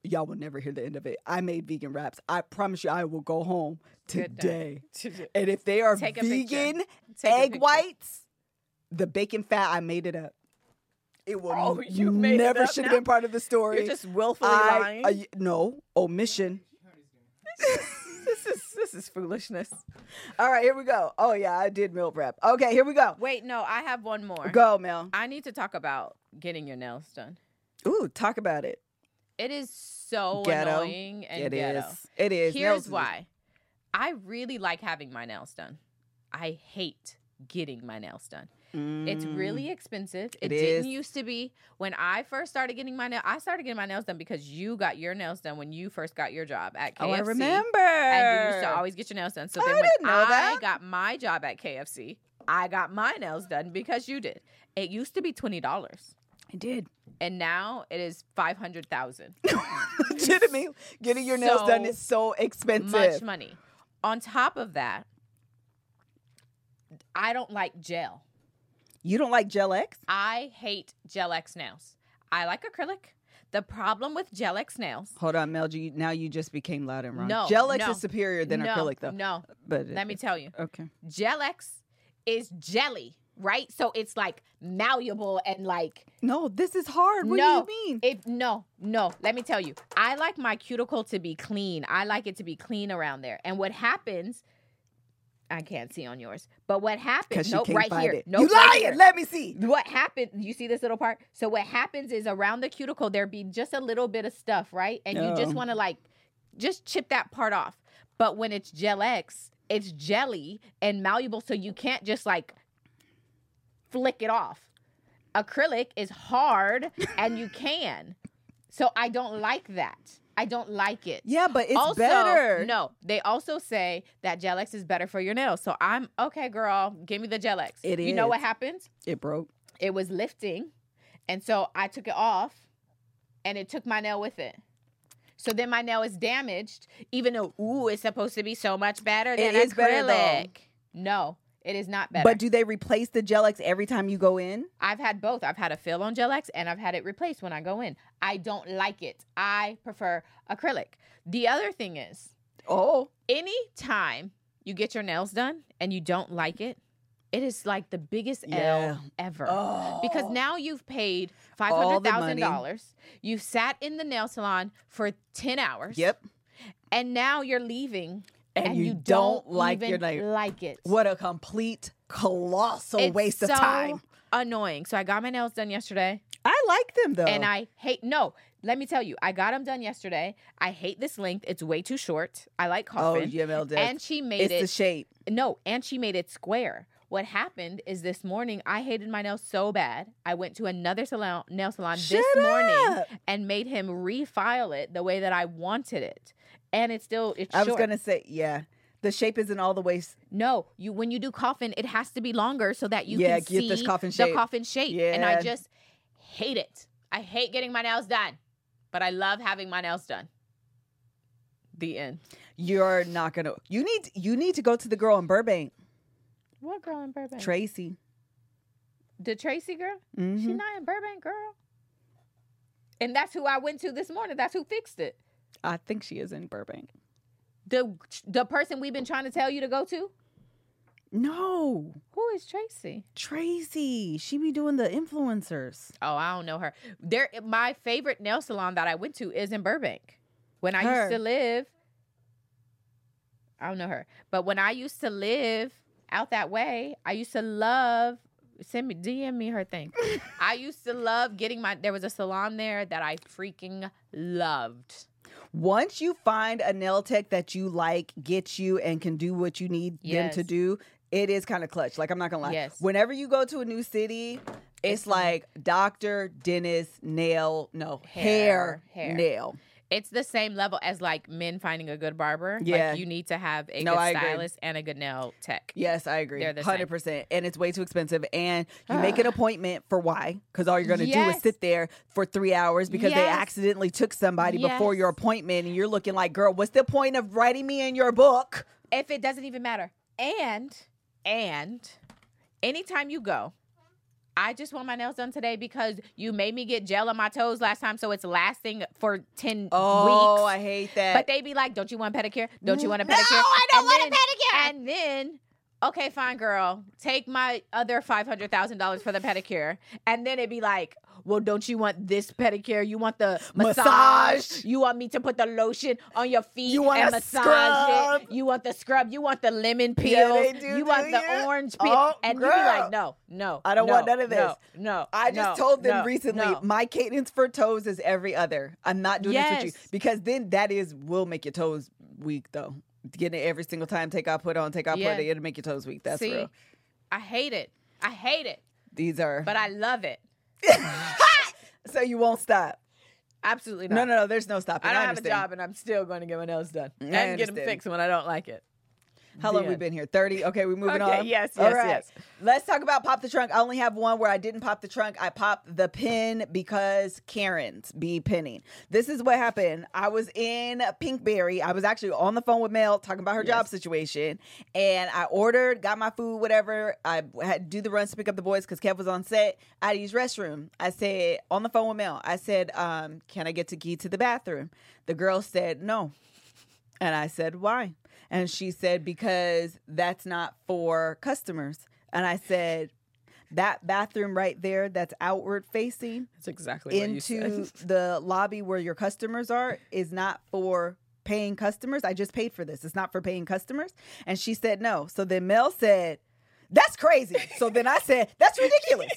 Speaker 1: Y'all will never hear the end of it. I made vegan wraps. I promise you, I will go home
Speaker 2: Good day.
Speaker 1: today. And if they are
Speaker 2: Take a picture.
Speaker 1: vegan
Speaker 2: Take a
Speaker 1: egg
Speaker 2: picture.
Speaker 1: whites, the bacon fat, I made it up. It will
Speaker 2: Oh,
Speaker 1: n-
Speaker 2: you made it
Speaker 1: never
Speaker 2: up
Speaker 1: should have
Speaker 2: now?
Speaker 1: been part of the story.
Speaker 2: You're just willfully
Speaker 1: I-
Speaker 2: lying.
Speaker 1: I- no, omission.
Speaker 2: this is this is foolishness.
Speaker 1: All right, here we go. Oh, yeah, I did meal prep. Okay, here we go.
Speaker 2: Wait, no, I have one more.
Speaker 1: Go, Mel.
Speaker 2: I need to talk about getting your nails done.
Speaker 1: Ooh, talk about it.
Speaker 2: It is so
Speaker 1: Ghetto.
Speaker 2: annoying and
Speaker 1: It
Speaker 2: ghetto.
Speaker 1: is. It is. Nails
Speaker 2: Here's
Speaker 1: is-
Speaker 2: why. I really like having my nails done. I hate getting my nails done. It's
Speaker 1: Mm.
Speaker 2: really expensive. It,
Speaker 1: It
Speaker 2: didn't
Speaker 1: is.
Speaker 2: used to be. When I first started getting my nail, I started getting my nails done because you got your nails done when you first got your job at KFC.
Speaker 1: Oh, I remember.
Speaker 2: And you used to always get your nails done. So
Speaker 1: I
Speaker 2: then when
Speaker 1: didn't know
Speaker 2: I
Speaker 1: that.
Speaker 2: got my job at KFC, I got my nails done because you did. It used to be twenty dollars,
Speaker 1: I did.
Speaker 2: and now it is five hundred thousand.
Speaker 1: Legitimately, getting your nails done
Speaker 2: So
Speaker 1: is so expensive.
Speaker 2: much money. On top of that, I don't like gel.
Speaker 1: You don't like Gel X?
Speaker 2: I hate gel X nails. I like acrylic. The problem with gel X nails.
Speaker 1: Hold on, Mel. You, now you just became loud and wrong.
Speaker 2: No,
Speaker 1: Gel X
Speaker 2: no,
Speaker 1: is superior than
Speaker 2: no,
Speaker 1: acrylic, though.
Speaker 2: No,
Speaker 1: But it-
Speaker 2: let me tell you.
Speaker 1: Okay.
Speaker 2: Gel X is jelly, right? So it's like malleable and like
Speaker 1: No, this is hard. What
Speaker 2: no,
Speaker 1: do you mean?
Speaker 2: If no, no, let me tell you. I like my cuticle to be clean. I like it to be clean around there. And what happens? I can't see on yours, but what happens?
Speaker 1: Because
Speaker 2: Nope,
Speaker 1: you can't
Speaker 2: right
Speaker 1: find
Speaker 2: here.
Speaker 1: it.
Speaker 2: Nope,
Speaker 1: you
Speaker 2: right
Speaker 1: lying.
Speaker 2: here.
Speaker 1: Let me see.
Speaker 2: what happened you see this little part so what happens is around the cuticle there be just a little bit of stuff right and you just
Speaker 1: Oh.
Speaker 2: want to like just chip that part off but when it's gel x it's jelly and malleable so you can't just like flick it off acrylic is hard and you can so i don't like that i don't like it
Speaker 1: Yeah, but it's
Speaker 2: also,
Speaker 1: better.
Speaker 2: no they also say that gel x is better for your nails so i'm okay girl give me the gel x
Speaker 1: It
Speaker 2: you know
Speaker 1: is.
Speaker 2: what happens
Speaker 1: It broke.
Speaker 2: it was lifting and so i took it off and it took my nail with it so then my nail is damaged even though ooh it's supposed to be so much better than
Speaker 1: is
Speaker 2: acrylic
Speaker 1: better, though.
Speaker 2: no it is not better
Speaker 1: But do they replace the Gel X every time you go in?
Speaker 2: i've had both i've had a fill on gel x and i've had it replaced when i go in i don't like it i prefer acrylic the other thing is
Speaker 1: Oh.
Speaker 2: any time you get your nails done and you don't like it it is like the biggest
Speaker 1: Yeah.
Speaker 2: L ever
Speaker 1: Oh.
Speaker 2: because now you've paid five
Speaker 1: All
Speaker 2: hundred
Speaker 1: the
Speaker 2: thousand
Speaker 1: money.
Speaker 2: dollars. You've sat in the nail salon for ten hours.
Speaker 1: Yep.
Speaker 2: And now you're leaving,
Speaker 1: And
Speaker 2: you,
Speaker 1: you
Speaker 2: don't,
Speaker 1: don't like
Speaker 2: even
Speaker 1: your nail.
Speaker 2: like it.
Speaker 1: What a complete colossal
Speaker 2: It's
Speaker 1: waste
Speaker 2: so
Speaker 1: of time.
Speaker 2: Annoying. So I got my nails done yesterday,
Speaker 1: I like them though.
Speaker 2: and I hate. No, let me tell you, I got them done yesterday. I hate this length. It's way too short. I like
Speaker 1: Oh,
Speaker 2: coffin.
Speaker 1: yeah, Mel does.
Speaker 2: And she
Speaker 1: it's
Speaker 2: made
Speaker 1: the
Speaker 2: it
Speaker 1: shape.
Speaker 2: no, and she made it square. What happened is this morning I hated my nails so bad. I went to another salon, nail salon this morning
Speaker 1: up!
Speaker 2: and made him refile it the way that I wanted it. And it's still it's
Speaker 1: I was
Speaker 2: short.
Speaker 1: gonna say, yeah, the shape isn't all the way. s-
Speaker 2: No, you when you do coffin, it has to be longer so that you
Speaker 1: Yeah,
Speaker 2: can
Speaker 1: get
Speaker 2: see
Speaker 1: this coffin
Speaker 2: the
Speaker 1: shape.
Speaker 2: coffin shape. And I
Speaker 1: Yeah.
Speaker 2: just hate it. I hate getting my nails done, but I love having my nails done. The end.
Speaker 1: You're not gonna. You need you need to go to the girl in Burbank,
Speaker 2: What girl in Burbank?
Speaker 1: Tracy.
Speaker 2: the Tracy girl. She's
Speaker 1: Mhm.
Speaker 2: not in Burbank, girl. And that's who I went to this morning. That's who fixed it.
Speaker 1: I think she is in Burbank.
Speaker 2: The the person we've been trying to tell you to go to.
Speaker 1: No,
Speaker 2: Who is Tracy?
Speaker 1: Tracy. She be doing the influencers.
Speaker 2: Oh, I don't know her. There, my favorite nail salon that I went to is in Burbank. When I
Speaker 1: Her.
Speaker 2: used to live, I don't know her, but when I used to live out that way, I used to love. Send me DM me her thing. I used to love getting my. There was a salon there that I freaking loved.
Speaker 1: Once you find a nail tech that you like, gets you, and can do what you need them to
Speaker 2: Yes.
Speaker 1: do, it is kind of clutch. Like I'm not gonna lie.
Speaker 2: Yes.
Speaker 1: Whenever you go to a new city, it's,
Speaker 2: It's the-
Speaker 1: like doctor, dentist, nail, no hair,
Speaker 2: Hair, hair.
Speaker 1: nail.
Speaker 2: It's the same level as like men finding a good barber.
Speaker 1: Yeah.
Speaker 2: like you need to have a
Speaker 1: No,
Speaker 2: good
Speaker 1: I agree.
Speaker 2: stylist and a good nail tech.
Speaker 1: Yes, I agree.
Speaker 2: They're the same. Ah.
Speaker 1: Hundred percent, and it's way too expensive. And you make an appointment for why? Because all you're going to do is
Speaker 2: Yes.
Speaker 1: sit there for three hours because they
Speaker 2: Yes.
Speaker 1: accidentally took somebody before your
Speaker 2: Yes.
Speaker 1: appointment, and you're looking like, girl, what's the point of writing me in your book?
Speaker 2: if it doesn't even matter. And and anytime you go, I just want my nails done today because you made me get gel on my toes last time, so it's lasting for ten
Speaker 1: Oh,
Speaker 2: weeks.
Speaker 1: I hate that.
Speaker 2: But they be like, "Don't you want a pedicure? Don't you want a
Speaker 1: No,
Speaker 2: pedicure?
Speaker 1: I don't want a
Speaker 2: pedicure." And then, okay, fine, girl, take my other five hundred thousand dollars for the pedicure, and then it'd be like, "Well, don't you want this pedicure? You want the massage?
Speaker 1: Massage.
Speaker 2: You want me to put the lotion on your feet
Speaker 1: You want
Speaker 2: and
Speaker 1: a
Speaker 2: massage
Speaker 1: scrub.
Speaker 2: it? You want the scrub? You want the lemon peel?
Speaker 1: Yeah, they do,
Speaker 2: you want
Speaker 1: do
Speaker 2: the
Speaker 1: you?
Speaker 2: orange peel?"
Speaker 1: Oh,
Speaker 2: and you'd be
Speaker 1: girl.
Speaker 2: like, "No, no,
Speaker 1: I don't want
Speaker 2: no,
Speaker 1: none of
Speaker 2: no, No,
Speaker 1: I just
Speaker 2: no,
Speaker 1: told them
Speaker 2: no,
Speaker 1: recently
Speaker 2: no.
Speaker 1: my cadence for toes is every other. I'm not doing this with you
Speaker 2: Yes.
Speaker 1: because then that is will make your toes weak though. Getting it every single time, take out, put on, take out,
Speaker 2: Yeah.
Speaker 1: put it, it'll make your toes weak. That's
Speaker 2: See,
Speaker 1: real.
Speaker 2: I hate it. I hate it,
Speaker 1: These are
Speaker 2: but I love it.
Speaker 1: so you won't stop.
Speaker 2: Absolutely not.
Speaker 1: No, no, no. There's no stopping.
Speaker 2: I don't have a
Speaker 1: understand.
Speaker 2: job and I'm still going to get my nails done and get them
Speaker 1: understand.
Speaker 2: fixed when I don't like it.
Speaker 1: How long
Speaker 2: The
Speaker 1: we
Speaker 2: end.
Speaker 1: been here? 30? Okay, we're moving
Speaker 2: Okay,
Speaker 1: on.
Speaker 2: yes,
Speaker 1: All
Speaker 2: yes,
Speaker 1: right.
Speaker 2: yes.
Speaker 1: Let's talk about pop the trunk. I only have one where I didn't pop the trunk. I popped the pin because Karen's be pinning. This is what happened. I was in Pinkberry. I was actually on the phone with Mel talking about her job situation. And I ordered, got my food, whatever. I had to do the runs to pick up the boys because Kev was on set. I had to use restroom. I said, on the phone with Mel, I said, um, can I get to key to the bathroom? The girl said, no. And I said, why? And she said, because that's not for customers. And I said, that bathroom right there that's outward facing
Speaker 2: That's exactly
Speaker 1: into the lobby where your customers are is not for paying customers. I just paid for this. It's not for paying customers. And she said, no. So then Mel said, that's crazy. So then I said, that's ridiculous.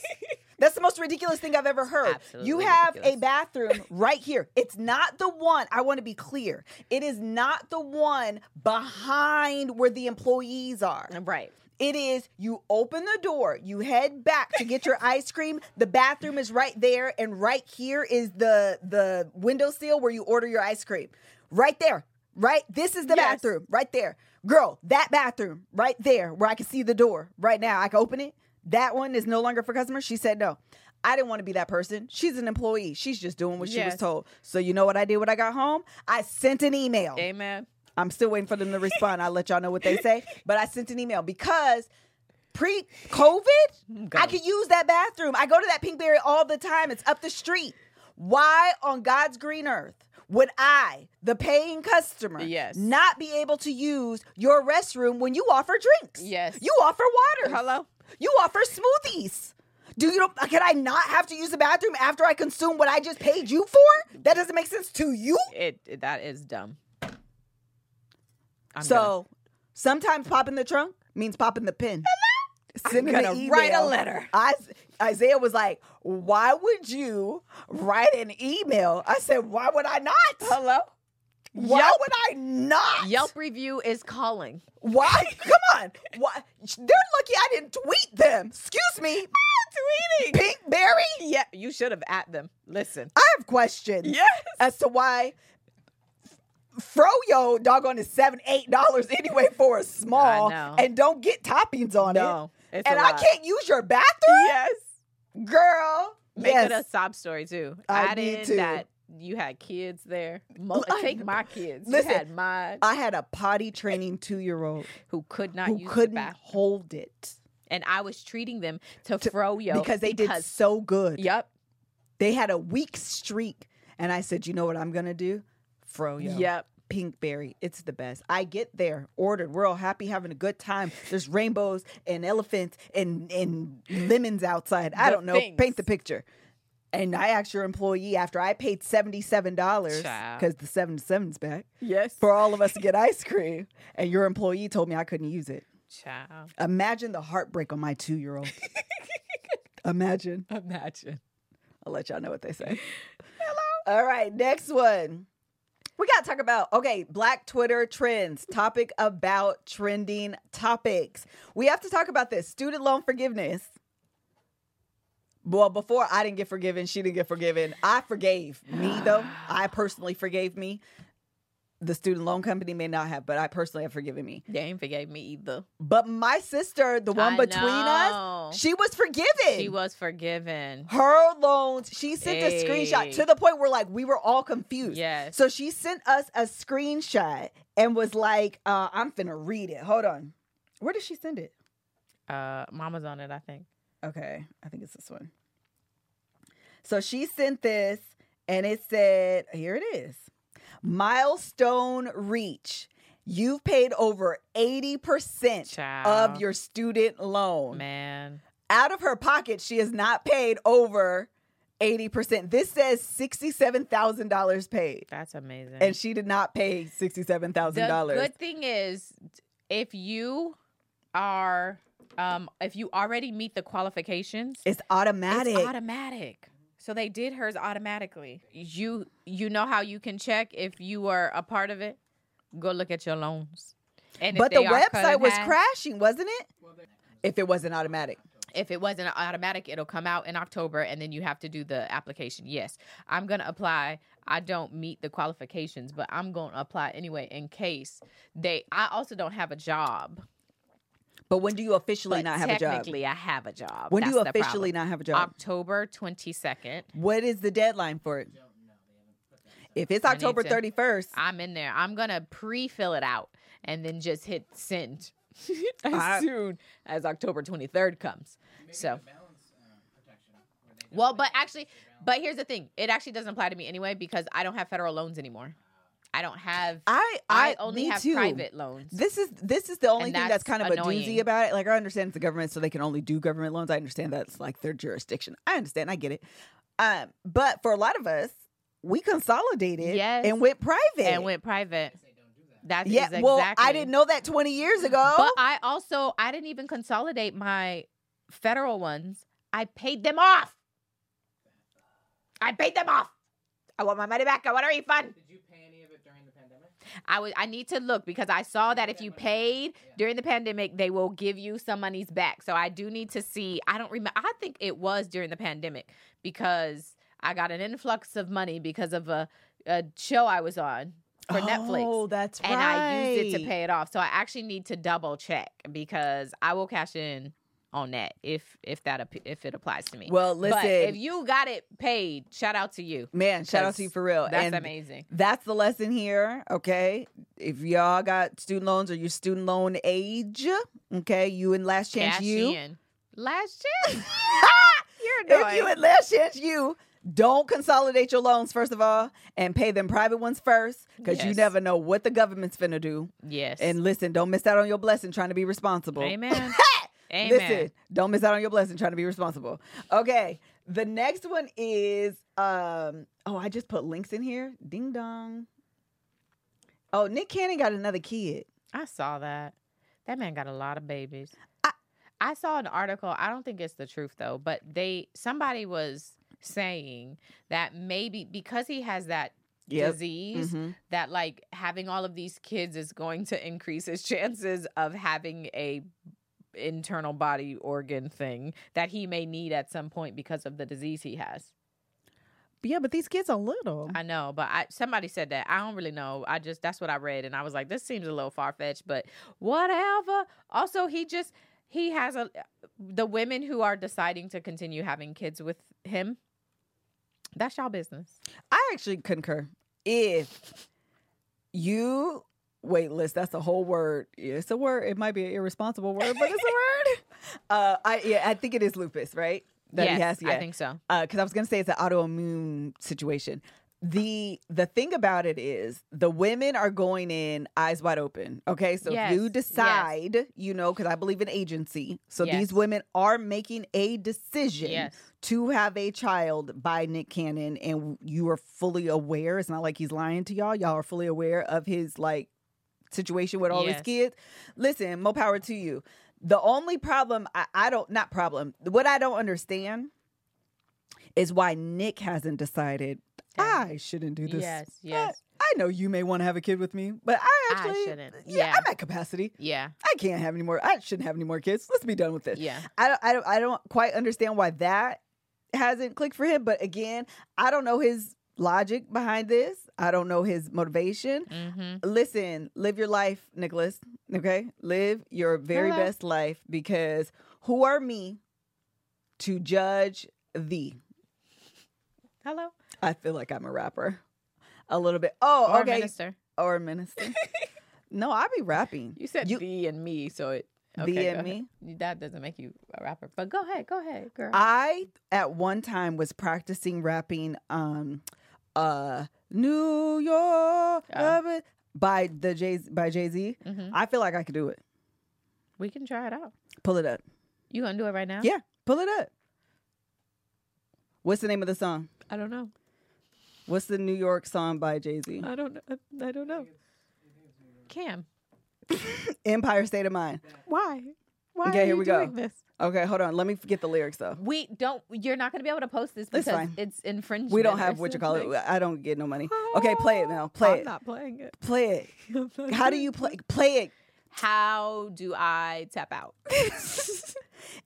Speaker 1: That's the most ridiculous thing I've ever heard.
Speaker 2: Absolutely
Speaker 1: you have a
Speaker 2: ridiculous.
Speaker 1: bathroom right here. It's not the one, I want to be clear. It is not the one behind where the employees are.
Speaker 2: Right.
Speaker 1: It is you open the door, you head back to get your ice cream. The bathroom is right there, and right here is the the windowsill where you order your ice cream. Right there. Right? This is the
Speaker 2: Yes.
Speaker 1: bathroom. Right there. Girl, that bathroom right there where I can see the door right now. I can open it. That one is no longer for customers. She said no. I didn't want to be that person. She's an employee. She's just doing what she was
Speaker 2: Yes.
Speaker 1: told. So you know what I did when I got home? I sent an email.
Speaker 2: Amen.
Speaker 1: I'm still waiting for them to respond. I'll let y'all know what they say. But I sent an email because pre COVID, I could use that bathroom. I go to that Pinkberry all the time. It's up the street. Why on God's green earth would I, the paying customer,
Speaker 2: Yes.
Speaker 1: not be able to use your restroom when you offer drinks?
Speaker 2: Yes.
Speaker 1: You offer water.
Speaker 2: Hello?
Speaker 1: You offer smoothies. Do you don't, can I not have to use the bathroom after I consume what I just paid you for? That doesn't make sense to you.
Speaker 2: It, it- that is dumb. I'm
Speaker 1: so sometimes popping the trunk means popping the pin. Send him
Speaker 2: I'm
Speaker 1: an
Speaker 2: gonna write a
Speaker 1: email.
Speaker 2: letter.
Speaker 1: I, Isaiah was like, "Why would you write an email?" I said, "Why would I not?
Speaker 2: Uh, gonna- hello.
Speaker 1: Why
Speaker 2: Yelp-
Speaker 1: would I not?
Speaker 2: Yelp review is calling.
Speaker 1: Why? Come on. Why? They're lucky I didn't tweet them. Excuse me.
Speaker 2: tweeting.
Speaker 1: Pinkberry?
Speaker 2: Yeah, you should have at them. Listen.
Speaker 1: I have questions as to why Froyo doggone is seven, eight dollars anyway for a small
Speaker 2: know.
Speaker 1: and don't get toppings on
Speaker 2: No.
Speaker 1: it.
Speaker 2: It's
Speaker 1: And
Speaker 2: a
Speaker 1: I
Speaker 2: lot.
Speaker 1: can't use your bathroom?
Speaker 2: Yes.
Speaker 1: Girl.
Speaker 2: Make
Speaker 1: yes.
Speaker 2: it a sob story too.
Speaker 1: I
Speaker 2: Add
Speaker 1: need
Speaker 2: in
Speaker 1: to.
Speaker 2: that you had kids there. Mo-
Speaker 1: I-
Speaker 2: take my kids.
Speaker 1: Listen,
Speaker 2: you had mine
Speaker 1: I had a potty training two year old
Speaker 2: who could not
Speaker 1: who
Speaker 2: use the
Speaker 1: couldn't
Speaker 2: bathroom.
Speaker 1: hold it
Speaker 2: and I was treating them to,
Speaker 1: To-
Speaker 2: froyo
Speaker 1: because they did so good.
Speaker 2: Yep.
Speaker 1: They had a weak streak. And I said, you know what I'm going to do? Froyo.
Speaker 2: Yep.
Speaker 1: Pinkberry. It's the best. I get there, ordered. We're all happy, having a good time. There's rainbows and elephants and and lemons outside. I
Speaker 2: The
Speaker 1: don't know.
Speaker 2: things.
Speaker 1: Paint the picture. And I asked your employee after I paid seventy seven dollars
Speaker 2: Child.
Speaker 1: because the seven seven's back
Speaker 2: Yes.
Speaker 1: for all of us to get ice cream, and your employee told me I couldn't use it.
Speaker 2: Child.
Speaker 1: Imagine the heartbreak on my two year old. Imagine.
Speaker 2: Imagine.
Speaker 1: I'll let y'all know what they say. Hello. All right, next one. We got to talk about, okay, Black Twitter trends, topic about trending topics. We have to talk about this student loan forgiveness. Well, before I didn't get forgiven, she didn't get forgiven. I forgave me, though. I personally forgave me. The student loan company may not have, but I personally have forgiven me.
Speaker 2: They ain't forgave me either.
Speaker 1: But my sister, the one
Speaker 2: I
Speaker 1: between
Speaker 2: know.
Speaker 1: us, she was forgiven
Speaker 2: She was forgiven.
Speaker 1: her loans. She sent a screenshot
Speaker 2: Hey.
Speaker 1: to the point where like we were all confused.
Speaker 2: Yes.
Speaker 1: So she sent us a screenshot and was like, uh, "I'm finna read it. Hold on. Where did she send it?
Speaker 2: Uh, Mama's on it, I think.
Speaker 1: Okay, I think it's this one. So she sent this, and it said, "Here it is. Milestone reach." You've paid over 80%
Speaker 2: Child.
Speaker 1: of your student loan
Speaker 2: Man.
Speaker 1: out of her pocket, she has not paid over 80%. This says $67,000 paid.
Speaker 2: That's amazing.
Speaker 1: And she did not pay $67,000.
Speaker 2: The good thing is, if you are, um, if you already meet the qualifications,
Speaker 1: it's automatic.
Speaker 2: it's automatic. So they did hers automatically. You you know how you can check if you were a part of it. Go look at your loans. And if
Speaker 1: but the
Speaker 2: they are cut in
Speaker 1: website was
Speaker 2: half-
Speaker 1: crashing, wasn't it? If it wasn't automatic.
Speaker 2: If it wasn't automatic, it'll come out in October, and then you have to do the application. Yes, I'm gonna apply. I don't meet the qualifications, but I'm gonna apply anyway in case they. I also don't have a job.
Speaker 1: But when do you officially
Speaker 2: but
Speaker 1: not have a job?
Speaker 2: Technically, I have a job.
Speaker 1: When do
Speaker 2: That's
Speaker 1: you
Speaker 2: the
Speaker 1: officially
Speaker 2: problem.
Speaker 1: not have a job?
Speaker 2: October twenty second.
Speaker 1: What is the deadline for it? If it's
Speaker 2: I need
Speaker 1: October
Speaker 2: to-
Speaker 1: 31st,
Speaker 2: I'm in there. I'm gonna pre-fill it out and then just hit send as
Speaker 1: I-
Speaker 2: soon as October 23rd comes. so. well, but actually, but here's the thing: it actually doesn't apply to me anyway because I don't have federal loans anymore. I don't have.
Speaker 1: I, I,
Speaker 2: I, only
Speaker 1: me
Speaker 2: have
Speaker 1: too.
Speaker 2: private loans.
Speaker 1: This is this is the only
Speaker 2: And
Speaker 1: thing that's
Speaker 2: that's
Speaker 1: kind of a doozy
Speaker 2: annoying.
Speaker 1: about it. Like I understand it's the government, so they can only do government loans. I understand that's like their jurisdiction. I understand. I get it. Um, but for a lot of us, we consolidated
Speaker 2: Yes.
Speaker 1: and went private.
Speaker 2: and went private. That's
Speaker 1: yeah.
Speaker 2: exactly.
Speaker 1: Well, I didn't know that twenty years ago.
Speaker 2: But I also I didn't even consolidate my federal ones. I paid them off. I paid them off. I want my money back. I want a refund.
Speaker 3: Did you pay any of it during the pandemic?
Speaker 2: I would I need to look because I saw that if you paid during the pandemic, they will give you some monies back. So I do need to see. I don't remember. I think it was during the pandemic because I got an influx of money because of a, a show I was on for Netflix
Speaker 1: Oh, that's
Speaker 2: and
Speaker 1: right.
Speaker 2: I used it to pay it off. So I actually need to double check because I will cash in on that if if that app- if it applies to me.
Speaker 1: Well,
Speaker 2: but if
Speaker 1: listen,
Speaker 2: you got it paid, shout out to you.
Speaker 1: man. Shout out to you for real.
Speaker 2: That's
Speaker 1: and
Speaker 2: amazing.
Speaker 1: That's the lesson here, okay? If y'all got student loans or your student loan age, okay, you and last chance
Speaker 2: Cash
Speaker 1: you.
Speaker 2: in. Last chance. You're
Speaker 1: if you
Speaker 2: annoying.
Speaker 1: and last chance you don't consolidate your loans first of all and pay them private ones first because you
Speaker 2: Yes.
Speaker 1: never know what the government's finna do
Speaker 2: Yes.
Speaker 1: and listen don't miss out on your blessing trying to be responsible
Speaker 2: Amen. Amen.
Speaker 1: listen don't miss out on your blessing trying to be responsible okay the next one is um oh i just put links in here ding dong oh nick cannon got another kid
Speaker 2: I saw that. That man got a lot of babies.
Speaker 1: I-
Speaker 2: I, saw an article. I don't think it's the truth though, but they somebody was saying that maybe because he has that
Speaker 1: Yep.
Speaker 2: disease
Speaker 1: Mhm.
Speaker 2: that like having all of these kids is going to increase his chances of having a internal body organ thing that he may need at some point because of the disease he has.
Speaker 1: Yeah, but these kids are little.
Speaker 2: I know, but I somebody said that. I don't really know. I just that's what I read and I was like this seems a little far fetched, but whatever. Also, he just he has a the women who are deciding to continue having kids with him. That's y'all business.
Speaker 1: I actually concur. If you wait list, that's a whole word. Yeah, It's a word. It might be an irresponsible word, but it's a word. Uh, I yeah, I think it is lupus, right? That
Speaker 2: yes,
Speaker 1: he has. Yeah,
Speaker 2: I think so.
Speaker 1: because I was gonna say it's an autoimmune situation. The the thing about it is the women are going in eyes wide open. Okay, so
Speaker 2: Yes,
Speaker 1: if you
Speaker 2: yes.
Speaker 1: decide, you know, because I believe in agency. So
Speaker 2: Yes.
Speaker 1: these women are making a decision
Speaker 2: Yes.
Speaker 1: to have a child by Nick Cannon, and you are fully aware. It's not like he's lying to y'all. Y'all are fully aware of his like situation with all his
Speaker 2: Yes.
Speaker 1: kids. Listen, more power to you. The only problem I, I don't not problem. What I don't understand is why Nick hasn't decided
Speaker 2: Damn.
Speaker 1: I shouldn't do this.
Speaker 2: Yes,
Speaker 1: I-
Speaker 2: yes.
Speaker 1: I, know you may want to have a kid with me, but I
Speaker 2: I
Speaker 1: actually
Speaker 2: shouldn't.
Speaker 1: Yeah,
Speaker 2: Yeah.
Speaker 1: I'm at capacity.
Speaker 2: Yeah.
Speaker 1: I can't have any more. I shouldn't have any more kids. Let's be done with this.
Speaker 2: Yeah.
Speaker 1: I don't, I don't, I don't quite understand why that hasn't clicked for him. But again, I don't know his logic behind this. I don't know his motivation.
Speaker 2: Mm-hmm.
Speaker 1: Listen, live your life, Nicholas. Okay, live your very
Speaker 2: Hello.
Speaker 1: best life because who are me to judge thee?
Speaker 2: Hello.
Speaker 1: I feel like I'm a rapper, a little bit. Oh,
Speaker 2: Or
Speaker 1: okay,
Speaker 2: minister.
Speaker 1: or a minister. no, I be rapping.
Speaker 2: You said
Speaker 1: You-
Speaker 2: thee and me, so it
Speaker 1: Thee
Speaker 2: go
Speaker 1: and
Speaker 2: ahead.
Speaker 1: me?
Speaker 2: That doesn't make you a rapper, but go ahead, go ahead, girl.
Speaker 1: I at one time was practicing rapping um uh New York uh, by the Jay by Jay-Z. I
Speaker 2: Mhm.
Speaker 1: feel like I could do it.
Speaker 2: we can try it out.
Speaker 1: Pull it up.
Speaker 2: You gonna do it right now?
Speaker 1: Yeah, pull it up. What's the name of the song?
Speaker 2: I don't know.
Speaker 1: What's the New York song by Jay-Z?
Speaker 2: I don't know. I- I don't know. Cam,
Speaker 1: Empire State of Mind.
Speaker 2: why? Why
Speaker 1: Okay,
Speaker 2: are
Speaker 1: here
Speaker 2: you
Speaker 1: we go.
Speaker 2: doing this?
Speaker 1: Okay, hold on. Let me get the lyrics though.
Speaker 2: We don't. You're not gonna be able to post this
Speaker 1: That's
Speaker 2: because
Speaker 1: fine.
Speaker 2: it's infringement.
Speaker 1: We don't
Speaker 2: or
Speaker 1: have what you call it.
Speaker 2: something.
Speaker 1: I don't get no money. Okay, play it now.
Speaker 2: Oh, I'm
Speaker 1: Play it.
Speaker 2: not playing it.
Speaker 1: Play it. How do you play play it?
Speaker 2: How do I tap out?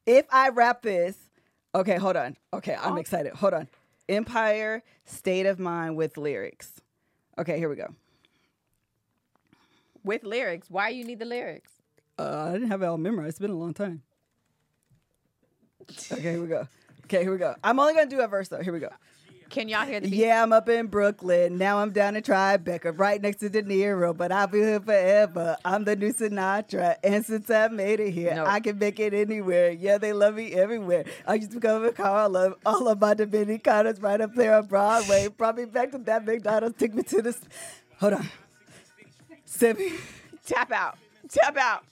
Speaker 1: if I rap this, okay, hold on. Okay, I'm excited. Hold on. Empire State of Mind with lyrics. Okay, here we go.
Speaker 2: With lyrics. Why you need the lyrics?
Speaker 1: Uh, I didn't have it all memorized. It's been a long time. Okay, here we go. Okay, here we go. I'm only gonna do a verse though. Here we go.
Speaker 2: Can y'all hear the beat?
Speaker 1: Yeah, I'm up in Brooklyn. Now I'm down in Tribeca, right next to De Niro. But I'll be here forever. I'm the new Sinatra, and since I made it here,
Speaker 2: No.
Speaker 1: I can make it anywhere. Yeah, they love me everywhere. I used to cover Carla, all of my Dominicanas right up there on Broadway. Brought me back to that McDonald's. Took me to the. Hold on. Send me.
Speaker 2: Tap out. Tap out.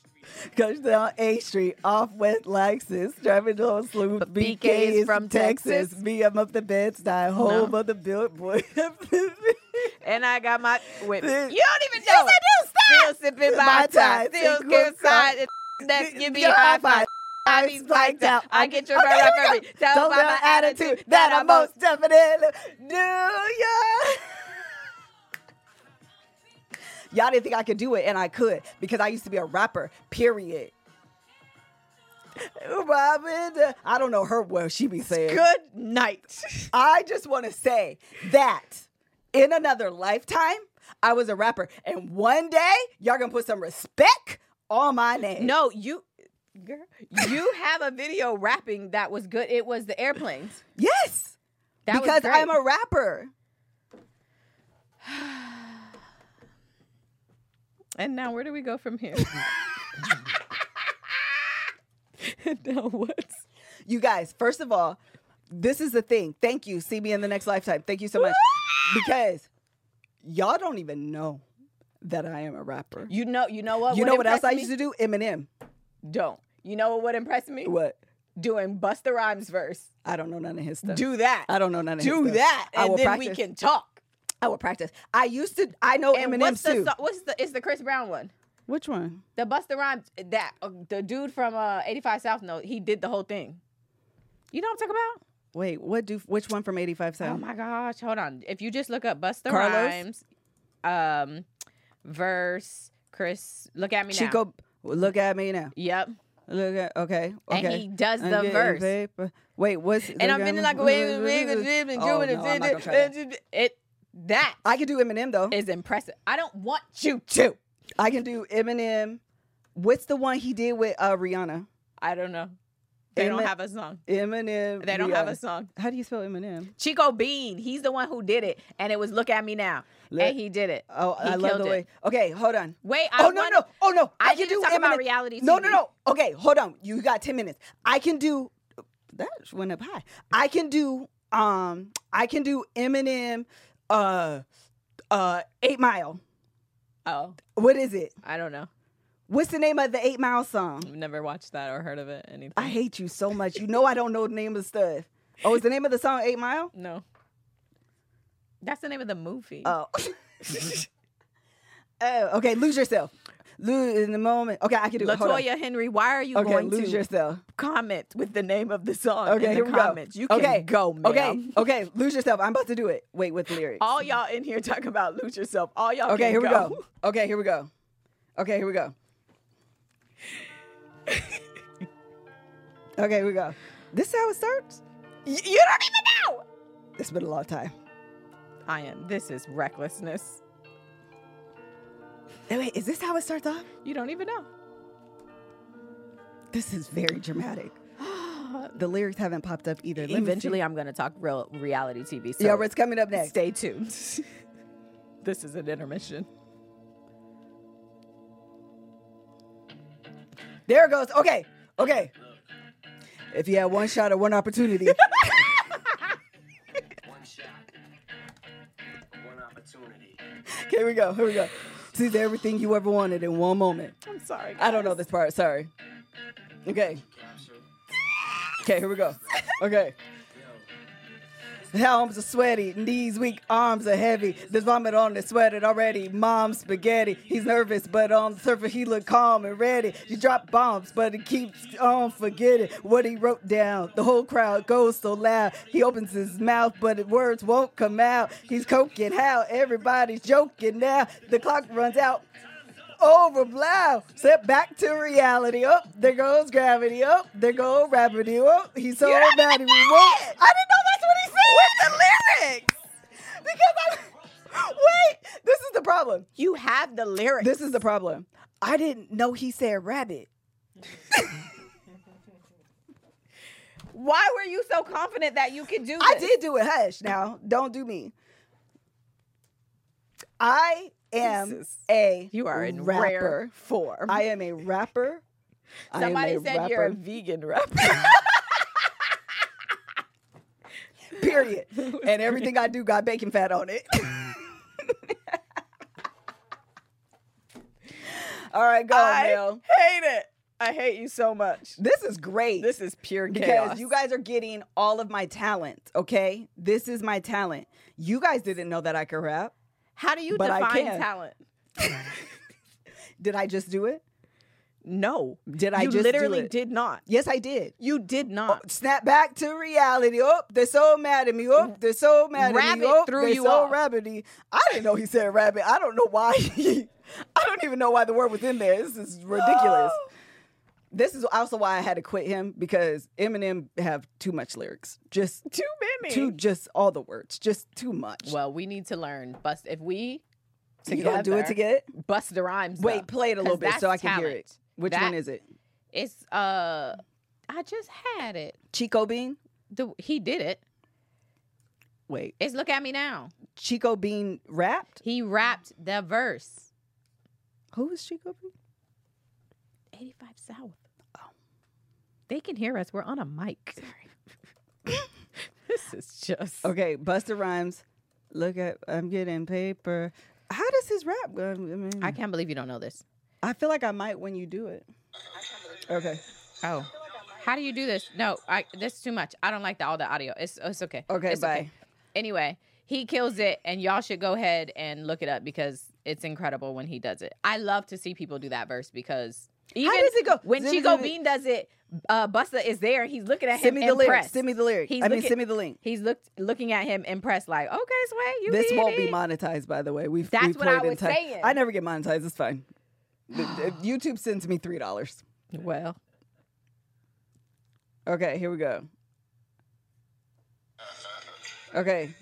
Speaker 1: Goes down A Street off West Lexus, driving on Sloop. BK, is from Texas. Me, I'm up the bed style, home of the billboard.
Speaker 2: And I got my whip. You
Speaker 1: This-
Speaker 2: don't even know.
Speaker 1: Yes, I
Speaker 2: it.
Speaker 1: do. Stop.
Speaker 2: Still sipping
Speaker 1: My
Speaker 2: my,
Speaker 1: time.
Speaker 2: time. Still
Speaker 1: Think
Speaker 2: get
Speaker 1: we're
Speaker 2: side.
Speaker 1: fine.
Speaker 2: and Next, give me
Speaker 1: Your
Speaker 2: a high five.
Speaker 1: I be
Speaker 2: I be
Speaker 1: spiked
Speaker 2: spiked out.
Speaker 1: out.
Speaker 2: I get your
Speaker 1: Okay,
Speaker 2: right
Speaker 1: here
Speaker 2: up
Speaker 1: we go.
Speaker 2: every. Tell
Speaker 1: Don't
Speaker 2: by
Speaker 1: tell
Speaker 2: my attitude
Speaker 1: that I
Speaker 2: that I'm
Speaker 1: most
Speaker 2: most.
Speaker 1: definitely do ya. Y'all didn't think I could do it, and I could because I used to be a rapper. Period. Robin, I don't know her well. She be saying
Speaker 2: Good night.
Speaker 1: I just want to say that in another lifetime, I was a rapper, and one day y'all gonna put some respect on my name.
Speaker 2: No, you, girl, you have a video rapping that was good. It was the airplanes.
Speaker 1: yes,
Speaker 2: That was
Speaker 1: because
Speaker 2: great.
Speaker 1: I'm a rapper.
Speaker 2: And now where do we go from here? now what?
Speaker 1: You guys, first of all, this is the thing. Thank you. See me in the next lifetime. Thank you so much. because y'all don't even know that I am a rapper.
Speaker 2: You know, you know what?
Speaker 1: You know what else I
Speaker 2: impressed
Speaker 1: used to do? Eminem.
Speaker 2: me? Don't. You know what would impress me?
Speaker 1: What?
Speaker 2: Doing Busta Rhymes verse.
Speaker 1: I don't know none of his stuff.
Speaker 2: Do that.
Speaker 1: I don't know none of his
Speaker 2: Do
Speaker 1: stuff.
Speaker 2: that,
Speaker 1: I
Speaker 2: and
Speaker 1: will
Speaker 2: then we
Speaker 1: practice.
Speaker 2: can talk.
Speaker 1: I will practice. I used to. I know
Speaker 2: And
Speaker 1: Eminem
Speaker 2: what's the
Speaker 1: too.
Speaker 2: so- what's the it's the Chris Brown one?
Speaker 1: Which one?
Speaker 2: The Busta Rhymes that uh, the dude from uh, 85 South note he did the whole thing. You know what I'm talking about?
Speaker 1: Wait, what do which one from 85
Speaker 2: Oh
Speaker 1: South?
Speaker 2: my gosh, hold on. If you just look up Busta
Speaker 1: Carlos?
Speaker 2: Rhymes, um, verse Chris, look at me now.
Speaker 1: Chico, look at me now.
Speaker 2: Yep.
Speaker 1: Look at okay, okay.
Speaker 2: And he does
Speaker 1: I'm
Speaker 2: the
Speaker 1: getting
Speaker 2: verse.
Speaker 1: paper. Wait, what's
Speaker 2: And I'm feeling like wait, wait, wait, wait, wait,
Speaker 1: Oh,
Speaker 2: wait,
Speaker 1: no, I'm not
Speaker 2: wait,
Speaker 1: gonna try that.
Speaker 2: wait, it that
Speaker 1: I can do Eminem though.
Speaker 2: is impressive. I don't want you to.
Speaker 1: I can do Eminem. What's the one he did with uh, Rihanna?
Speaker 2: I don't know. They don't
Speaker 1: Amen.
Speaker 2: have a song.
Speaker 1: Eminem.
Speaker 2: They don't have a
Speaker 1: Rihanna.
Speaker 2: song.
Speaker 1: How do you spell Eminem?
Speaker 2: Chico Bean, he's the one who did it, and it was "Look at Me Now,"
Speaker 1: Let-
Speaker 2: and he did it.
Speaker 1: Oh,
Speaker 2: He
Speaker 1: I love
Speaker 2: killed
Speaker 1: the
Speaker 2: it.
Speaker 1: way. Okay, hold on.
Speaker 2: Wait, I
Speaker 1: oh no,
Speaker 2: wanna-
Speaker 1: no, oh no!
Speaker 2: I
Speaker 1: I,
Speaker 2: need
Speaker 1: can
Speaker 2: to
Speaker 1: do
Speaker 2: talk about
Speaker 1: Eminem.
Speaker 2: reality
Speaker 1: No,
Speaker 2: TV.
Speaker 1: no, no. Okay, hold on. You got ten minutes. I can do. That went up high. I can do. Um, I can do Eminem. Uh, uh, Eight Mile.
Speaker 2: Oh,
Speaker 1: What is it?
Speaker 2: I don't know.
Speaker 1: What's the name of the Eight Mile song?
Speaker 2: I've never watched that or heard of it. Anything?
Speaker 1: I hate you so much. You know I don't know the name of stuff. Oh, is the name of the song Eight Mile?
Speaker 2: no. That's the name of the movie.
Speaker 1: Oh. oh, okay. Lose yourself. Lose in the moment. Okay, I can do it. Hold on.
Speaker 2: Latoya Henry, why are you
Speaker 1: Okay,
Speaker 2: going to
Speaker 1: lose yourself.
Speaker 2: comment with the name of the song
Speaker 1: Okay,
Speaker 2: in
Speaker 1: here
Speaker 2: the
Speaker 1: we
Speaker 2: comments?
Speaker 1: go.
Speaker 2: You can
Speaker 1: okay.
Speaker 2: go, ma'am.
Speaker 1: Okay, okay, lose yourself. I'm about to do it. Wait, with lyrics.
Speaker 2: All y'all in here talk about lose yourself. All y'all.
Speaker 1: okay,
Speaker 2: can
Speaker 1: here we go. Okay, here we go. Okay, here we go. okay, here we go. This is how it starts.
Speaker 2: Y- you don't even know.
Speaker 1: It's been a long time.
Speaker 2: I am. This is recklessness.
Speaker 1: Hey, wait, is this how it starts off?
Speaker 2: You don't even know.
Speaker 1: This is very dramatic. The lyrics haven't popped up either. Let me see.
Speaker 2: Eventually, I'm going to talk real reality TV. So
Speaker 1: yeah, what's coming up next?
Speaker 2: Stay tuned. this is an intermission.
Speaker 1: There it goes. Okay. Okay. If you had one shot or one opportunity.
Speaker 4: One shot, one opportunity.
Speaker 1: Here we go. Here we go. This is everything you ever wanted in one moment.
Speaker 2: I'm sorry.
Speaker 1: I don't know this part. Sorry. Okay. Okay, here we go. Okay. Helms are sweaty, knees weak, arms are heavy. There's vomit on his sweater already. Mom's spaghetti. He's nervous, but on the surface he looked calm and ready. You drop bombs, but he keeps on forgetting what he wrote down. The whole crowd goes so loud. He opens his mouth, but the words won't come out. He's coking how everybody's joking now. The clock runs out. Over blow. Set back to reality. Up there goes gravity. Up there goes gravity. Up he's so
Speaker 2: don't
Speaker 1: mad he won't. I didn't know that's what he said. With the lyrics, because I wait. This is the problem.
Speaker 2: You have the lyrics.
Speaker 1: This is the problem. I didn't know he said rabbit.
Speaker 2: Why were you so confident that you could do this?
Speaker 1: I did do it. Hush now. Don't do me. I am
Speaker 2: Jesus.
Speaker 1: a
Speaker 2: You are in
Speaker 1: rapper.
Speaker 2: rare form.
Speaker 1: I am a rapper. I am
Speaker 2: Somebody
Speaker 1: a
Speaker 2: said you're a
Speaker 1: rapper.
Speaker 2: vegan rapper.
Speaker 1: period. And everything I do got bacon fat on it. All right, go,
Speaker 2: I
Speaker 1: Mel.
Speaker 2: hate it. I hate you so much.
Speaker 1: This is great.
Speaker 2: This is pure
Speaker 1: because
Speaker 2: chaos.
Speaker 1: you guys are getting all of my talent, okay? This is my talent. You guys didn't know that I could rap.
Speaker 2: How do you
Speaker 1: But I
Speaker 2: define
Speaker 1: can.
Speaker 2: talent?
Speaker 1: Did I just do it?
Speaker 2: No.
Speaker 1: Did I
Speaker 2: you
Speaker 1: just do
Speaker 2: literally
Speaker 1: it? Oh,
Speaker 2: did not.
Speaker 1: Yes, I did.
Speaker 2: You did not.
Speaker 1: Snap back to reality. Oh, they're so mad at me. Oh, they're so mad at
Speaker 2: Rabbit
Speaker 1: me. Oh,
Speaker 2: threw
Speaker 1: they're
Speaker 2: you
Speaker 1: so
Speaker 2: off.
Speaker 1: rabbity. I didn't know he said rabbit. I don't know why. He, I don't even know why the word was in there. This is ridiculous. this is also why I had to quit him because Eminem have too much lyrics. Just
Speaker 2: Too many.
Speaker 1: too, just all the words, just too much.
Speaker 2: Well, we need to learn. Bust if we
Speaker 1: you
Speaker 2: together
Speaker 1: gonna do it together?
Speaker 2: Bust the rhymes.
Speaker 1: Wait,
Speaker 2: up,
Speaker 1: play it a
Speaker 2: 'cause
Speaker 1: little bit so I
Speaker 2: that's
Speaker 1: can hear it.
Speaker 2: talent.
Speaker 1: Which
Speaker 2: That-
Speaker 1: one is it?
Speaker 2: It's uh, I just had it.
Speaker 1: Chico Bean.
Speaker 2: The he did it.
Speaker 1: Wait,
Speaker 2: It's look at me now.
Speaker 1: Chico Bean rapped.
Speaker 2: He rapped the verse.
Speaker 1: Who is Chico Bean?
Speaker 2: 85 South. Oh. They can hear us. We're on a mic. this is just.
Speaker 1: Okay, Buster Rhymes. Look at I'm getting paper. How does his rap go? I mean,
Speaker 2: I can't believe you don't know this.
Speaker 1: I feel like I might when you do it. Okay.
Speaker 2: Oh. How do you do this? No, I this is too much. I don't like the, all the audio. It's it's okay.
Speaker 1: Okay,
Speaker 2: It's
Speaker 1: bye.
Speaker 2: Anyway, he kills it and y'all should go ahead and look it up because it's incredible when he does it. I love to see people do that verse because Even
Speaker 1: does it go?
Speaker 2: When
Speaker 1: Zimmy,
Speaker 2: Chico
Speaker 1: zimmy.
Speaker 2: Bean does it, uh, Busta is there. He's looking at
Speaker 1: Send
Speaker 2: him
Speaker 1: me the lyric.
Speaker 2: impressed.
Speaker 1: Send me the lyric.
Speaker 2: He's
Speaker 1: I mean,
Speaker 2: looking-
Speaker 1: send me the link.
Speaker 2: He's looked looking at him impressed, like, okay, Sway, you
Speaker 1: This
Speaker 2: did
Speaker 1: won't be
Speaker 2: it."
Speaker 1: monetized, by the way. We've
Speaker 2: That's
Speaker 1: we've
Speaker 2: what I
Speaker 1: played in
Speaker 2: was
Speaker 1: time.
Speaker 2: saying.
Speaker 1: I never get monetized. It's fine. The- the- YouTube sends me three dollars.
Speaker 2: Well,
Speaker 1: Okay, here we go. Okay.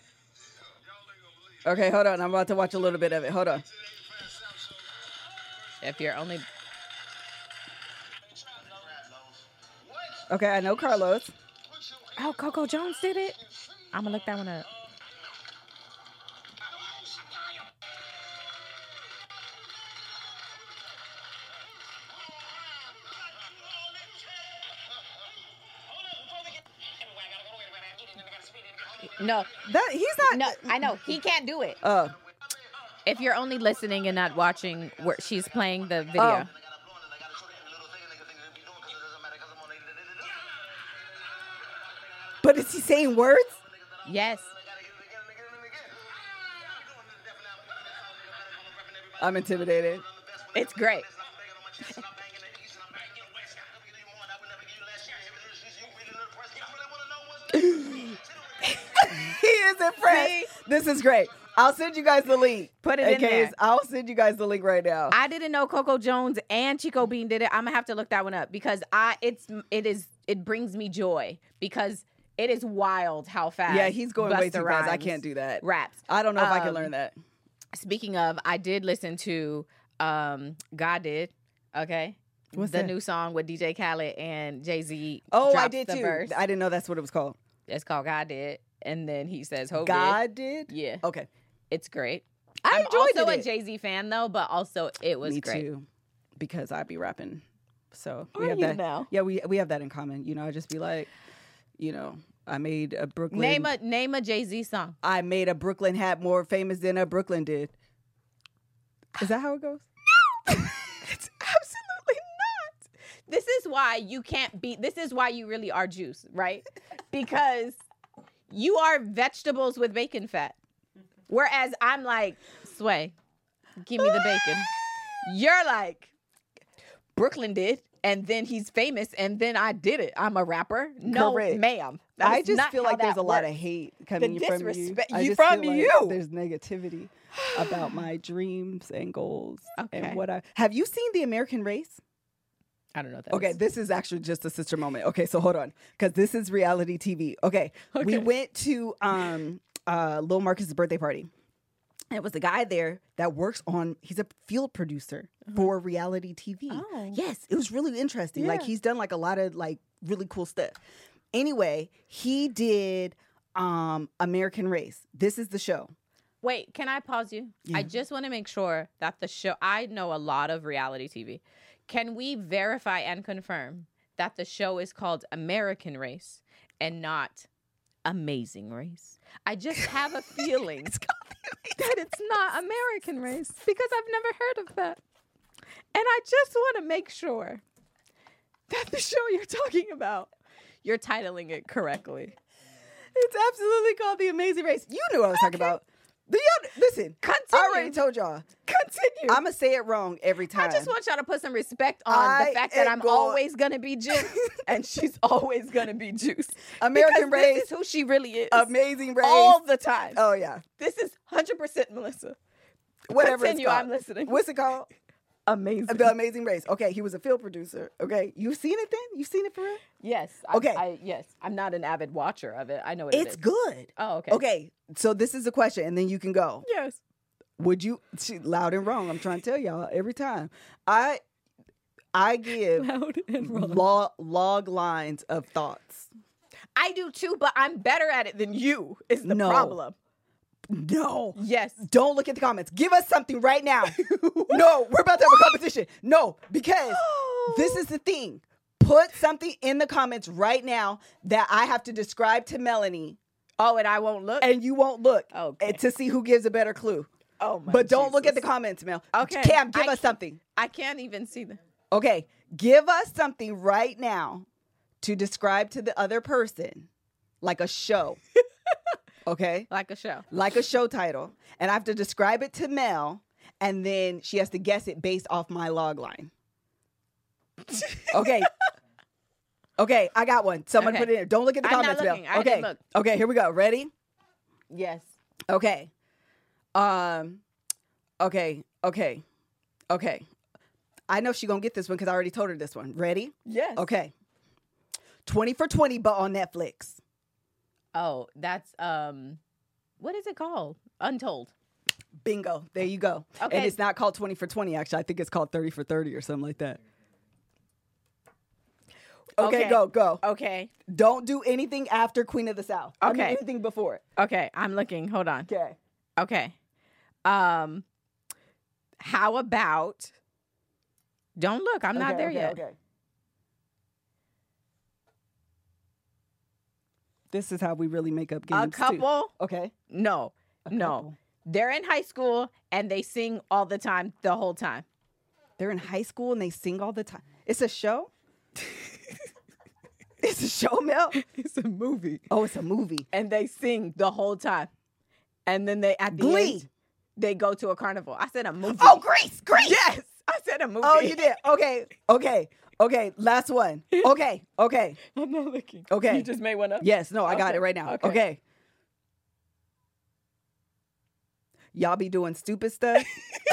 Speaker 1: Okay, hold on. I'm about to watch a little bit of it. Hold on.
Speaker 2: if you're only
Speaker 1: Okay, I know Carlos.
Speaker 2: oh Coco Jones did it, I'm gonna look that one up. No,
Speaker 1: That he's not.
Speaker 2: no, I know he can't do it.
Speaker 1: Oh,
Speaker 2: If you're only listening and not watching, where she's playing the video.
Speaker 1: Oh. but is he saying words?
Speaker 2: Yes,
Speaker 1: I'm intimidated.
Speaker 2: it's great.
Speaker 1: He is impressed.
Speaker 2: See?
Speaker 1: This is great. I'll send you guys the link.
Speaker 2: Put it in
Speaker 1: AKs.
Speaker 2: there.
Speaker 1: I'll send you guys the link right now.
Speaker 2: I didn't know Coco Jones and Chico Bean did it. I'm gonna have to look that one up because I it's it is it brings me joy because it is wild how fast.
Speaker 1: yeah, he's going way
Speaker 2: Busta
Speaker 1: too fast. I
Speaker 2: Rhymes
Speaker 1: can't do that.
Speaker 2: Raps.
Speaker 1: I don't know if I can
Speaker 2: Um,
Speaker 1: learn that.
Speaker 2: Speaking of, I did listen to um God did okay.
Speaker 1: What's
Speaker 2: the
Speaker 1: that?
Speaker 2: new song with DJ Khaled and Jay Z?
Speaker 1: Oh, I did too.
Speaker 2: Verse.
Speaker 1: I didn't know that's what it was called.
Speaker 2: it's called God did, and then he says, "Hope
Speaker 1: God did.
Speaker 2: Oh, Yeah,
Speaker 1: Okay.
Speaker 2: it's great.
Speaker 1: I
Speaker 2: am
Speaker 1: enjoyed
Speaker 2: also
Speaker 1: it.
Speaker 2: a Jay Z fan though, but also it was
Speaker 1: Me
Speaker 2: great.
Speaker 1: too, because I be rapping. So we
Speaker 2: Are
Speaker 1: have
Speaker 2: you
Speaker 1: that.
Speaker 2: now?
Speaker 1: Yeah, we we have that in common. You know, I just be like, you know, I made a Brooklyn.
Speaker 2: Name a name a Jay Z song.
Speaker 1: I made a Brooklyn hat more famous than a Brooklyn did. Is that how it goes?
Speaker 2: It's absolutely not. This is why you can't be. This is why you really are juice, right? Because you are vegetables with bacon fat, whereas I'm like sway. Give me the bacon. You're like Brooklyn did, and then he's famous, and then I did it. I'm a rapper. No,
Speaker 1: Correct.
Speaker 2: ma'am. That
Speaker 1: I
Speaker 2: is
Speaker 1: just
Speaker 2: not
Speaker 1: feel
Speaker 2: how
Speaker 1: like there's a
Speaker 2: that
Speaker 1: lot of
Speaker 2: works.
Speaker 1: hate coming from you.
Speaker 2: disrespect-
Speaker 1: I
Speaker 2: you
Speaker 1: just
Speaker 2: from
Speaker 1: feel like
Speaker 2: you.
Speaker 1: There's negativity about my dreams and goals
Speaker 2: Okay.
Speaker 1: and what I have. You seen The American Race?
Speaker 2: I don't know. What that
Speaker 1: Okay,
Speaker 2: is.
Speaker 1: this is actually just a sister moment. Okay, so hold on, because this is reality TV. Okay, we
Speaker 2: Okay.
Speaker 1: went to um uh Lil Marcus's birthday party. And it was the guy there that works on. He's a field producer for reality TV.
Speaker 2: Oh.
Speaker 1: Yes, it was really interesting. Like
Speaker 2: Yeah.
Speaker 1: he's done like a lot of like really cool stuff. Anyway, he did um American Race. This is the show.
Speaker 2: Wait, can I pause you?
Speaker 1: Yeah.
Speaker 2: I just want to make sure that the show, I know a lot of reality TV. Can we verify and confirm that the show is called American Race and not Amazing Race? I just have a feeling that it's not American Race because I've never heard of that. And I just want to make sure that the show you're talking about, you're titling it correctly.
Speaker 1: It's absolutely called The Amazing Race. You knew what I was talking about. The, y'all- listen, I already
Speaker 2: Continue.
Speaker 1: told y'all.
Speaker 2: Continue.
Speaker 1: I'm gonna say it wrong every time.
Speaker 2: I just want y'all to put some respect on
Speaker 1: I
Speaker 2: the fact that
Speaker 1: am
Speaker 2: I'm
Speaker 1: going-
Speaker 2: always gonna be Juice and she's always gonna be Juice.
Speaker 1: American
Speaker 2: Because
Speaker 1: race,
Speaker 2: this is who she really is.
Speaker 1: amazing race.
Speaker 2: All the time.
Speaker 1: oh yeah,
Speaker 2: This is hundred percent Melissa.
Speaker 1: whatever.
Speaker 2: Continue,
Speaker 1: it's called.
Speaker 2: I'm listening.
Speaker 1: What's it called?
Speaker 2: Amazing.
Speaker 1: The Amazing Race. Okay, he was a field producer. Okay, you've seen it then? You've seen it for real?
Speaker 2: yes. I-
Speaker 1: Okay.
Speaker 2: I, yes. I'm not an avid watcher of it. I know what it
Speaker 1: It's
Speaker 2: is.
Speaker 1: good.
Speaker 2: Oh, okay.
Speaker 1: Okay, so this is the question, and then you can go.
Speaker 2: Yes.
Speaker 1: Would you she, loud and wrong? I'm trying to tell y'all every time. I I give
Speaker 2: Loud and
Speaker 1: Mm-hmm. log, log lines of thoughts.
Speaker 2: I do too, but I'm better at it than you. Is the
Speaker 1: No.
Speaker 2: problem?
Speaker 1: No.
Speaker 2: Yes.
Speaker 1: Don't look at the comments. Give us something right now. no, we're about to have a competition. No, because this is the thing. Put something in the comments right now that I have to describe to Melanie,
Speaker 2: Oh, and I won't look.
Speaker 1: and you won't look
Speaker 2: Okay.
Speaker 1: and to see who gives a better clue.
Speaker 2: oh my.
Speaker 1: but don't look at the
Speaker 2: Jesus.
Speaker 1: comments, Mel.
Speaker 2: Okay.
Speaker 1: Cam, give
Speaker 2: I
Speaker 1: us something.
Speaker 2: I can't even see them.
Speaker 1: Okay, give us something right now to describe to the other person, like a show. okay,
Speaker 2: Like a show.
Speaker 1: like a show title, and I have to describe it to Mel, and then she has to guess it based off my log line. Okay. okay, I got one. Someone
Speaker 2: Okay.
Speaker 1: put it in. Don't look at the
Speaker 2: I'm not
Speaker 1: comments,
Speaker 2: looking.
Speaker 1: Bill.
Speaker 2: I
Speaker 1: Okay.
Speaker 2: didn't look.
Speaker 1: Okay, here we go. Ready?
Speaker 2: Yes.
Speaker 1: Okay. Um okay, okay. Okay. I know she going to get this one cuz I already told her this one. Ready?
Speaker 2: Yes.
Speaker 1: Okay. 20 for 20 but on Netflix.
Speaker 2: Oh, that's um, what is it called? Untold.
Speaker 1: Bingo. There you go. And
Speaker 2: Okay.
Speaker 1: it's not called 20 for 20 actually. I think it's called 30 for 30 or something like that. Okay,
Speaker 2: Okay.
Speaker 1: go, go.
Speaker 2: Okay.
Speaker 1: Don't do anything after Queen of the South. I mean,
Speaker 2: Okay.
Speaker 1: anything before it.
Speaker 2: Okay. I'm looking. Hold on.
Speaker 1: Okay.
Speaker 2: Okay. Um, how about? Don't look. I'm not
Speaker 1: Okay,
Speaker 2: there
Speaker 1: okay,
Speaker 2: yet.
Speaker 1: Okay. This is how we really make up games.
Speaker 2: A
Speaker 1: too.
Speaker 2: couple?
Speaker 1: Okay.
Speaker 2: No,
Speaker 1: A
Speaker 2: no.
Speaker 1: couple.
Speaker 2: They're in high school and they sing all the time, the whole time.
Speaker 1: They're in high school and they sing all the time. It's a show. it's a show, Mel.
Speaker 2: It's a movie.
Speaker 1: Oh, it's a movie.
Speaker 2: And they sing the whole time, and then they at the
Speaker 1: Glee.
Speaker 2: end, they go to a carnival. I said a movie.
Speaker 1: Oh, Grace, Grace.
Speaker 2: yes, I said a movie.
Speaker 1: Oh, you did. Okay. Okay. Okay. Last one. Okay. Okay.
Speaker 2: I'm not looking.
Speaker 1: Okay.
Speaker 2: you just made one up.
Speaker 1: Yes. No, I got
Speaker 2: Okay,
Speaker 1: it right now. Okay.
Speaker 2: okay.
Speaker 1: Y'all be doing stupid stuff.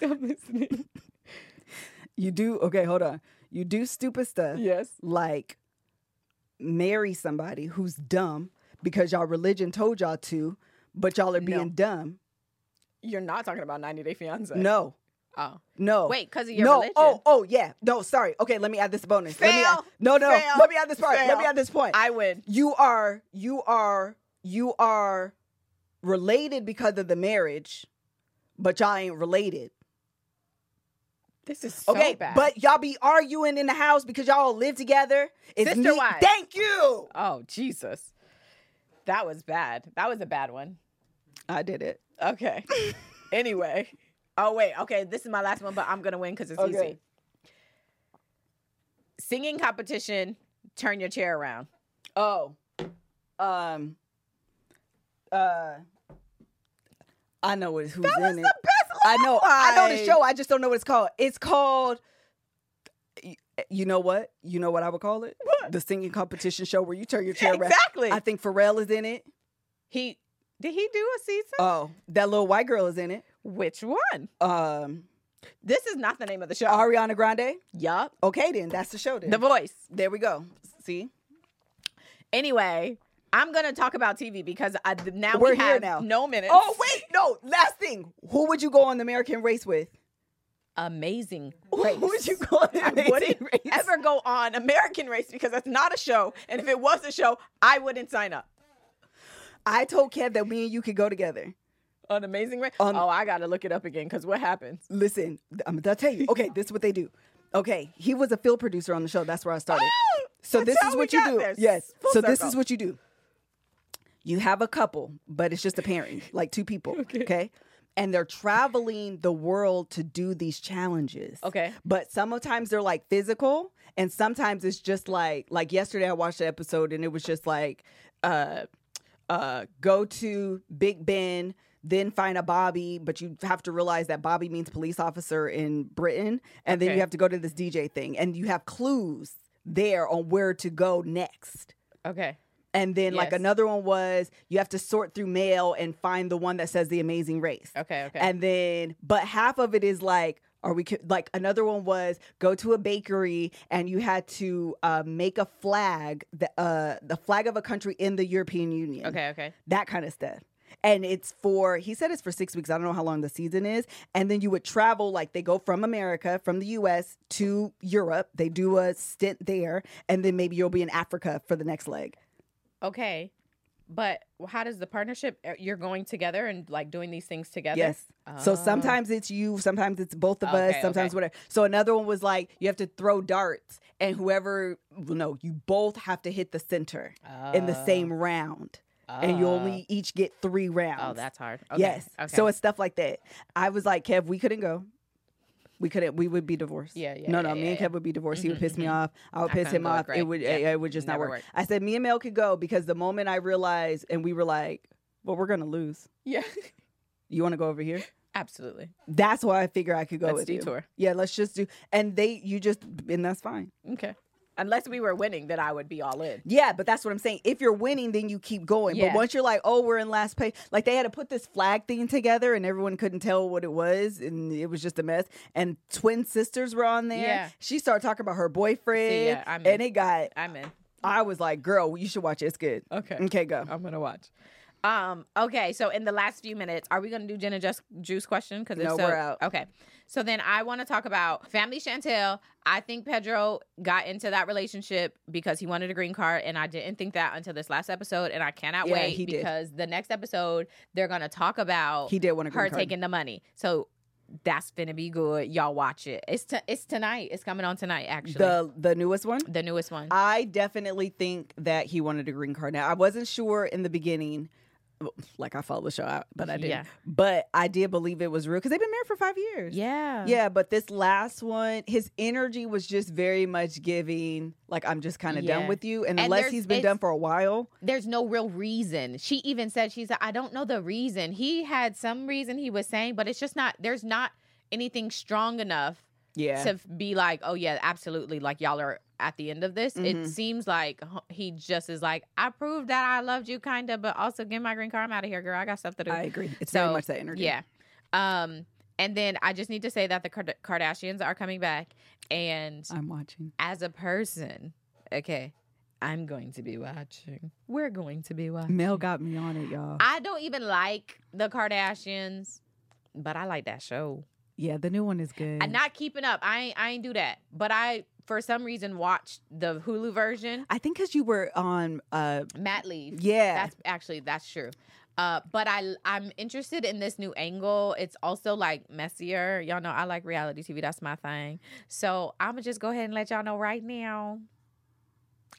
Speaker 2: I'm listening.
Speaker 1: you do. Okay. Hold on. You do stupid stuff.
Speaker 2: Yes.
Speaker 1: like marry somebody who's dumb because y'all religion told y'all to, but y'all are
Speaker 2: No.
Speaker 1: being dumb.
Speaker 2: You're not talking about 90 Day Fiance.
Speaker 1: No,
Speaker 2: Oh.
Speaker 1: no.
Speaker 2: Wait, because of your
Speaker 1: no.
Speaker 2: religion.
Speaker 1: Oh, oh yeah. No, sorry. Okay, let me add this bonus. Let me add,
Speaker 2: Fail.
Speaker 1: no, no.
Speaker 2: Fail.
Speaker 1: Let me add this part. Let me
Speaker 2: Fail.
Speaker 1: add this point.
Speaker 2: I win.
Speaker 1: you are, you are, you are related because of the marriage, but y'all ain't related.
Speaker 2: This is so
Speaker 1: Okay,
Speaker 2: bad.
Speaker 1: but y'all be arguing in the house because y'all all live together. It's
Speaker 2: Sister
Speaker 1: me-
Speaker 2: wives.
Speaker 1: Thank you.
Speaker 2: oh Jesus, that was bad. That was a bad one.
Speaker 1: I did it.
Speaker 2: Okay. anyway. Oh wait. Okay, this is my last one, but I'm gonna win because it's
Speaker 1: Okay.
Speaker 2: easy. Singing competition. Turn your chair around.
Speaker 1: Oh, um, uh, I know what, who's in it.
Speaker 2: best.
Speaker 1: I know, I know the
Speaker 2: line.
Speaker 1: show. I just don't know what it's called. It's called. y- You know what? You know what I would call it? The singing competition show where you turn your chair around.
Speaker 2: Exactly.
Speaker 1: I think Pharrell is in it.
Speaker 2: he did he do a season?
Speaker 1: Oh, that little white girl is in it.
Speaker 2: Which one?
Speaker 1: Um,
Speaker 2: This is not the name of the show.
Speaker 1: Ariana Grande.
Speaker 2: yup.
Speaker 1: Okay, then that's the show. Then
Speaker 2: The Voice.
Speaker 1: there we go. See,
Speaker 2: Anyway, I'm gonna talk about TV because I, th- now
Speaker 1: We're
Speaker 2: we
Speaker 1: here
Speaker 2: have
Speaker 1: now.
Speaker 2: no minutes.
Speaker 1: Oh wait, no. Last thing, who would you go on the American Race with?
Speaker 2: amazing race.
Speaker 1: Who would you go on the
Speaker 2: I
Speaker 1: Amazing
Speaker 2: wouldn't
Speaker 1: Race?
Speaker 2: ever go on American Race because that's not a show. And if it was a show, I wouldn't sign up.
Speaker 1: I told Kev that me and you could go together.
Speaker 2: On Amazing Race?
Speaker 1: On-
Speaker 2: oh, I got to look it up again because what happens?
Speaker 1: Listen, I'm gonna tell you. Okay, this is what they do. Okay, he was a field producer on the show. That's where I started. so
Speaker 2: Oh! That's
Speaker 1: this
Speaker 2: how
Speaker 1: is
Speaker 2: we
Speaker 1: what you
Speaker 2: got
Speaker 1: do.
Speaker 2: there.
Speaker 1: Yes.
Speaker 2: Full
Speaker 1: So this
Speaker 2: circle.
Speaker 1: is what you do. You have a couple, but it's just a pairing, like two people. Okay. And they're traveling the world to do these challenges.
Speaker 2: Okay.
Speaker 1: But sometimes they're like physical, and sometimes it's just like like yesterday I watched an episode and it was just like uh uh go to Big Ben, then find a Bobby, but you have to realize that Bobby means police officer in Britain, and then you
Speaker 2: Okay.
Speaker 1: have to go to this DJ thing, and you have clues there on where to go next.
Speaker 2: Okay.
Speaker 1: And then like
Speaker 2: Yes.
Speaker 1: another one was you have to sort through mail and find the one that says the amazing race.
Speaker 2: Okay. Okay.
Speaker 1: And then, but half of it is like, are we ki- like another one was go to a bakery and you had to uh, make a flag, the uh, the flag of a country in the European Union,
Speaker 2: okay. Okay.
Speaker 1: that kind of stuff. And it's for he said it's for six weeks. I don't know how long the season is. And then you would travel like they go from America, from the U.S. to Europe. They do a stint there, and then maybe you'll be in Africa for the next leg.
Speaker 2: Okay. But how does the partnership, uh, you're going together and like doing these things together?
Speaker 1: Yes. So
Speaker 2: Oh.
Speaker 1: sometimes it's you, sometimes it's both of us,
Speaker 2: Okay,
Speaker 1: sometimes
Speaker 2: okay.
Speaker 1: whatever. So another one was like you have to throw darts, and whoever, well, no, you both have to hit the center in the
Speaker 2: Oh.
Speaker 1: same round, and you
Speaker 2: Oh.
Speaker 1: only each get three rounds.
Speaker 2: Oh, that's hard. Okay.
Speaker 1: yes.
Speaker 2: Okay.
Speaker 1: So it's stuff like that. I was like, Kev, we couldn't go. We couldn't. We would be divorced.
Speaker 2: Yeah, yeah,
Speaker 1: No,
Speaker 2: yeah,
Speaker 1: no. me
Speaker 2: yeah,
Speaker 1: and Kev
Speaker 2: yeah.
Speaker 1: would be divorced. he would
Speaker 2: Mhm,
Speaker 1: piss me
Speaker 2: mhm.
Speaker 1: off. I would
Speaker 2: I
Speaker 1: piss
Speaker 2: couldn't
Speaker 1: him
Speaker 2: go with
Speaker 1: off. It
Speaker 2: Greg.
Speaker 1: would.
Speaker 2: Yeah,
Speaker 1: It, it would just not
Speaker 2: never
Speaker 1: work.
Speaker 2: worked.
Speaker 1: I said, me and Mel could go because the moment I realized, and we were like, well, we're gonna lose.
Speaker 2: yeah.
Speaker 1: You want to go over here?
Speaker 2: Absolutely.
Speaker 1: That's why I figure I could go
Speaker 2: Let's
Speaker 1: with you.
Speaker 2: detour.
Speaker 1: Yeah, let's just do. And they, you just, and that's fine.
Speaker 2: Okay. Unless we were winning, then I would be all in.
Speaker 1: Yeah, but that's what I'm saying. If you're winning, then you keep going. But
Speaker 2: Yeah.
Speaker 1: once you're like, oh, we're in last place, like they had to put this flag thing together and everyone couldn't tell what it was and it was just a mess. And twin sisters were on there.
Speaker 2: Yeah.
Speaker 1: She started talking about her boyfriend
Speaker 2: See, yeah, I'm in.
Speaker 1: and it got,
Speaker 2: I'm in.
Speaker 1: I was like, girl, you should watch it. It's good.
Speaker 2: Okay. Oh,
Speaker 1: Okay, go.
Speaker 2: I'm gonna watch. Um. Okay. So in the last few minutes, are we gonna do Jenna Just Juice question? Because
Speaker 1: No,
Speaker 2: so,
Speaker 1: we're out.
Speaker 2: Okay. So then I want to talk about Family Chantel. I think Pedro got into that relationship because he wanted a green card, and I didn't think that until this last episode, and I cannot
Speaker 1: Yeah,
Speaker 2: wait
Speaker 1: he did.
Speaker 2: because the next episode they're gonna talk about
Speaker 1: He did want to
Speaker 2: her taking the money. So that's gonna be good. Y'all watch it. It's t- it's tonight. It's coming on tonight. Actually, the,
Speaker 1: the the newest one.
Speaker 2: newest one.
Speaker 1: I definitely think that he wanted a green card. Now, I wasn't sure in the beginning, like I followed the show out, but I didn't.
Speaker 2: Yeah.
Speaker 1: But I did believe it was real because they've been married for five years.
Speaker 2: yeah.
Speaker 1: Yeah, but this last one, his energy was just very much giving, like I'm just kind of
Speaker 2: Yeah.
Speaker 1: done with you. And,
Speaker 2: And
Speaker 1: unless
Speaker 2: there's-
Speaker 1: he's been
Speaker 2: it's-
Speaker 1: done for a while,
Speaker 2: there's no real reason. She even said she's I don't know the reason. He had some reason he was saying, but it's just not there's not anything strong enough
Speaker 1: yeah,
Speaker 2: to be like, oh yeah, absolutely like y'all are at the end of this.
Speaker 1: Mhm.
Speaker 2: It seems like h- he just is like, I proved that I loved you kind of, but also give my green card. I'm out of here, girl. I got stuff to do.
Speaker 1: I agree. It's
Speaker 2: So,
Speaker 1: very much that energy.
Speaker 2: yeah. Um and then I just need to say that the Kard- Kardashians are coming back and
Speaker 1: I'm watching.
Speaker 2: as a person, okay, I'm going to be watching. We're going to be watching.
Speaker 1: Mel got me on it, y'all.
Speaker 2: I don't even like the Kardashians, but I like that show.
Speaker 1: yeah, the new one is good.
Speaker 2: I'm not keeping up. I ain't, I ain't do that. But I, for some reason, watched the Hulu version.
Speaker 1: I think because you were on, uh,
Speaker 2: Matt Leaf.
Speaker 1: yeah,
Speaker 2: That's actually that's true. Uh, but I I'm interested in this new angle. It's also like messier. Y'all know I like reality TV. That's my thing. So I'm gonna just go ahead and let y'all know right now.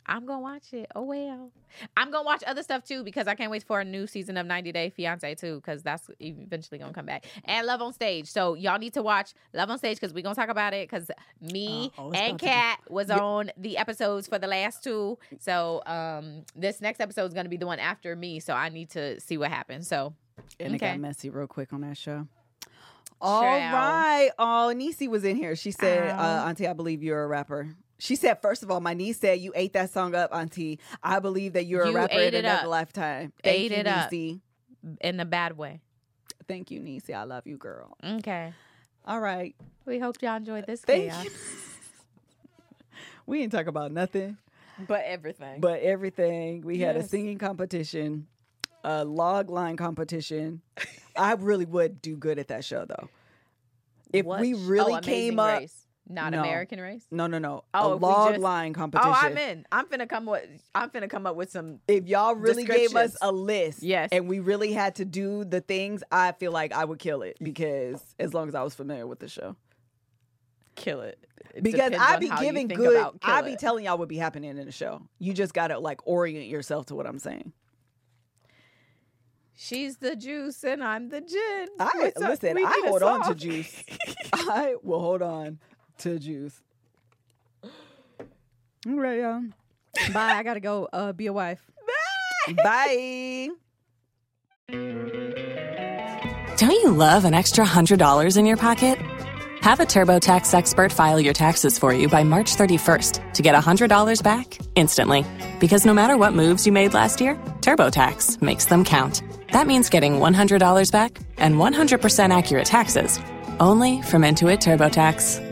Speaker 2: I'm gonna watch it. Oh well, I'm gonna watch other stuff too because I can't wait for a new season of 90 Day Fiance too because that's eventually gonna come back and Love on Stage. So y'all need to watch Love on Stage because we gonna talk about it because me
Speaker 1: Uh, oh, it's
Speaker 2: and
Speaker 1: about to be-
Speaker 2: Kat was
Speaker 1: Yeah.
Speaker 2: on the episodes for the last two. So um, this next episode is gonna be the one after me. So I need to see what happens. So
Speaker 1: and it
Speaker 2: Okay.
Speaker 1: got messy real quick on that show. All right.
Speaker 2: Child.
Speaker 1: Oh, Nisi was in here. She said, uh,
Speaker 2: Ow.
Speaker 1: Auntie, I believe you're a rapper. She said, first of all, my niece said, You ate that song up, Auntie. I believe that you're
Speaker 2: You
Speaker 1: a rapper in
Speaker 2: ate it
Speaker 1: another
Speaker 2: up.
Speaker 1: lifetime. Thank
Speaker 2: Ate
Speaker 1: you,
Speaker 2: it up.
Speaker 1: Niecy.
Speaker 2: in a bad way.
Speaker 1: Thank you, Nisi. I love you, girl.
Speaker 2: Okay.
Speaker 1: All right.
Speaker 2: We hope y'all enjoyed this.
Speaker 1: Thank
Speaker 2: chaos.
Speaker 1: you. we didn't talk about nothing,
Speaker 2: But everything.
Speaker 1: but everything. We had a
Speaker 2: Yes.
Speaker 1: singing competition, a log line competition. I really would do good at that show, though. If
Speaker 2: What
Speaker 1: we
Speaker 2: sh-
Speaker 1: really
Speaker 2: oh, Amazing
Speaker 1: came up.
Speaker 2: Race. not
Speaker 1: No.
Speaker 2: American race.
Speaker 1: No, no, no.
Speaker 2: Oh,
Speaker 1: a
Speaker 2: if we
Speaker 1: log
Speaker 2: just-
Speaker 1: line competition.
Speaker 2: Oh, I'm in. I'm finna come with. I'm finna come up with some.
Speaker 1: If y'all really gave us
Speaker 2: Descriptions.
Speaker 1: a list,
Speaker 2: Yes.
Speaker 1: and we really had to do the things, I feel like I would kill it because as long as I was familiar with the show,
Speaker 2: Kill it. It
Speaker 1: because
Speaker 2: depends
Speaker 1: I
Speaker 2: on
Speaker 1: be
Speaker 2: how you
Speaker 1: giving
Speaker 2: think
Speaker 1: good,
Speaker 2: about kill
Speaker 1: I be
Speaker 2: it.
Speaker 1: telling y'all what be happening in the show. You just gotta like orient yourself to what I'm saying.
Speaker 2: She's the juice and I'm the gin.
Speaker 1: I
Speaker 2: What's up?
Speaker 1: listen.
Speaker 2: We
Speaker 1: I
Speaker 2: need a
Speaker 1: hold on to
Speaker 2: song.
Speaker 1: juice. I will hold on to juice. All right, y'all.
Speaker 2: Bye. I gotta go. Uh, be a wife.
Speaker 1: Bye.
Speaker 5: Don't you love an extra $100 in your pocket? Have a TurboTax expert file your taxes for you by March 31st to get $100 back instantly. Because no matter what moves you made last year, TurboTax makes them count. That means getting $100 back and 100% accurate taxes only from Intuit TurboTax.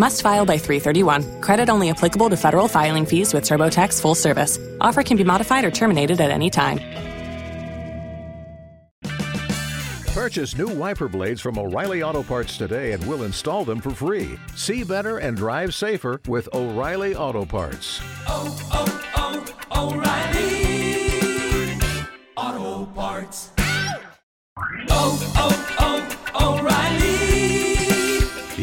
Speaker 5: Must file by 331. Credit only applicable to federal filing fees with TurboTax full service. Offer can be modified or terminated at any time.
Speaker 6: Purchase new wiper blades from O'Reilly Auto Parts today and we'll install them for free. See better and drive safer with O'Reilly Auto Parts.
Speaker 7: oh, oh, O'Reilly. Auto parts. Oh, oh, oh, O'Reilly.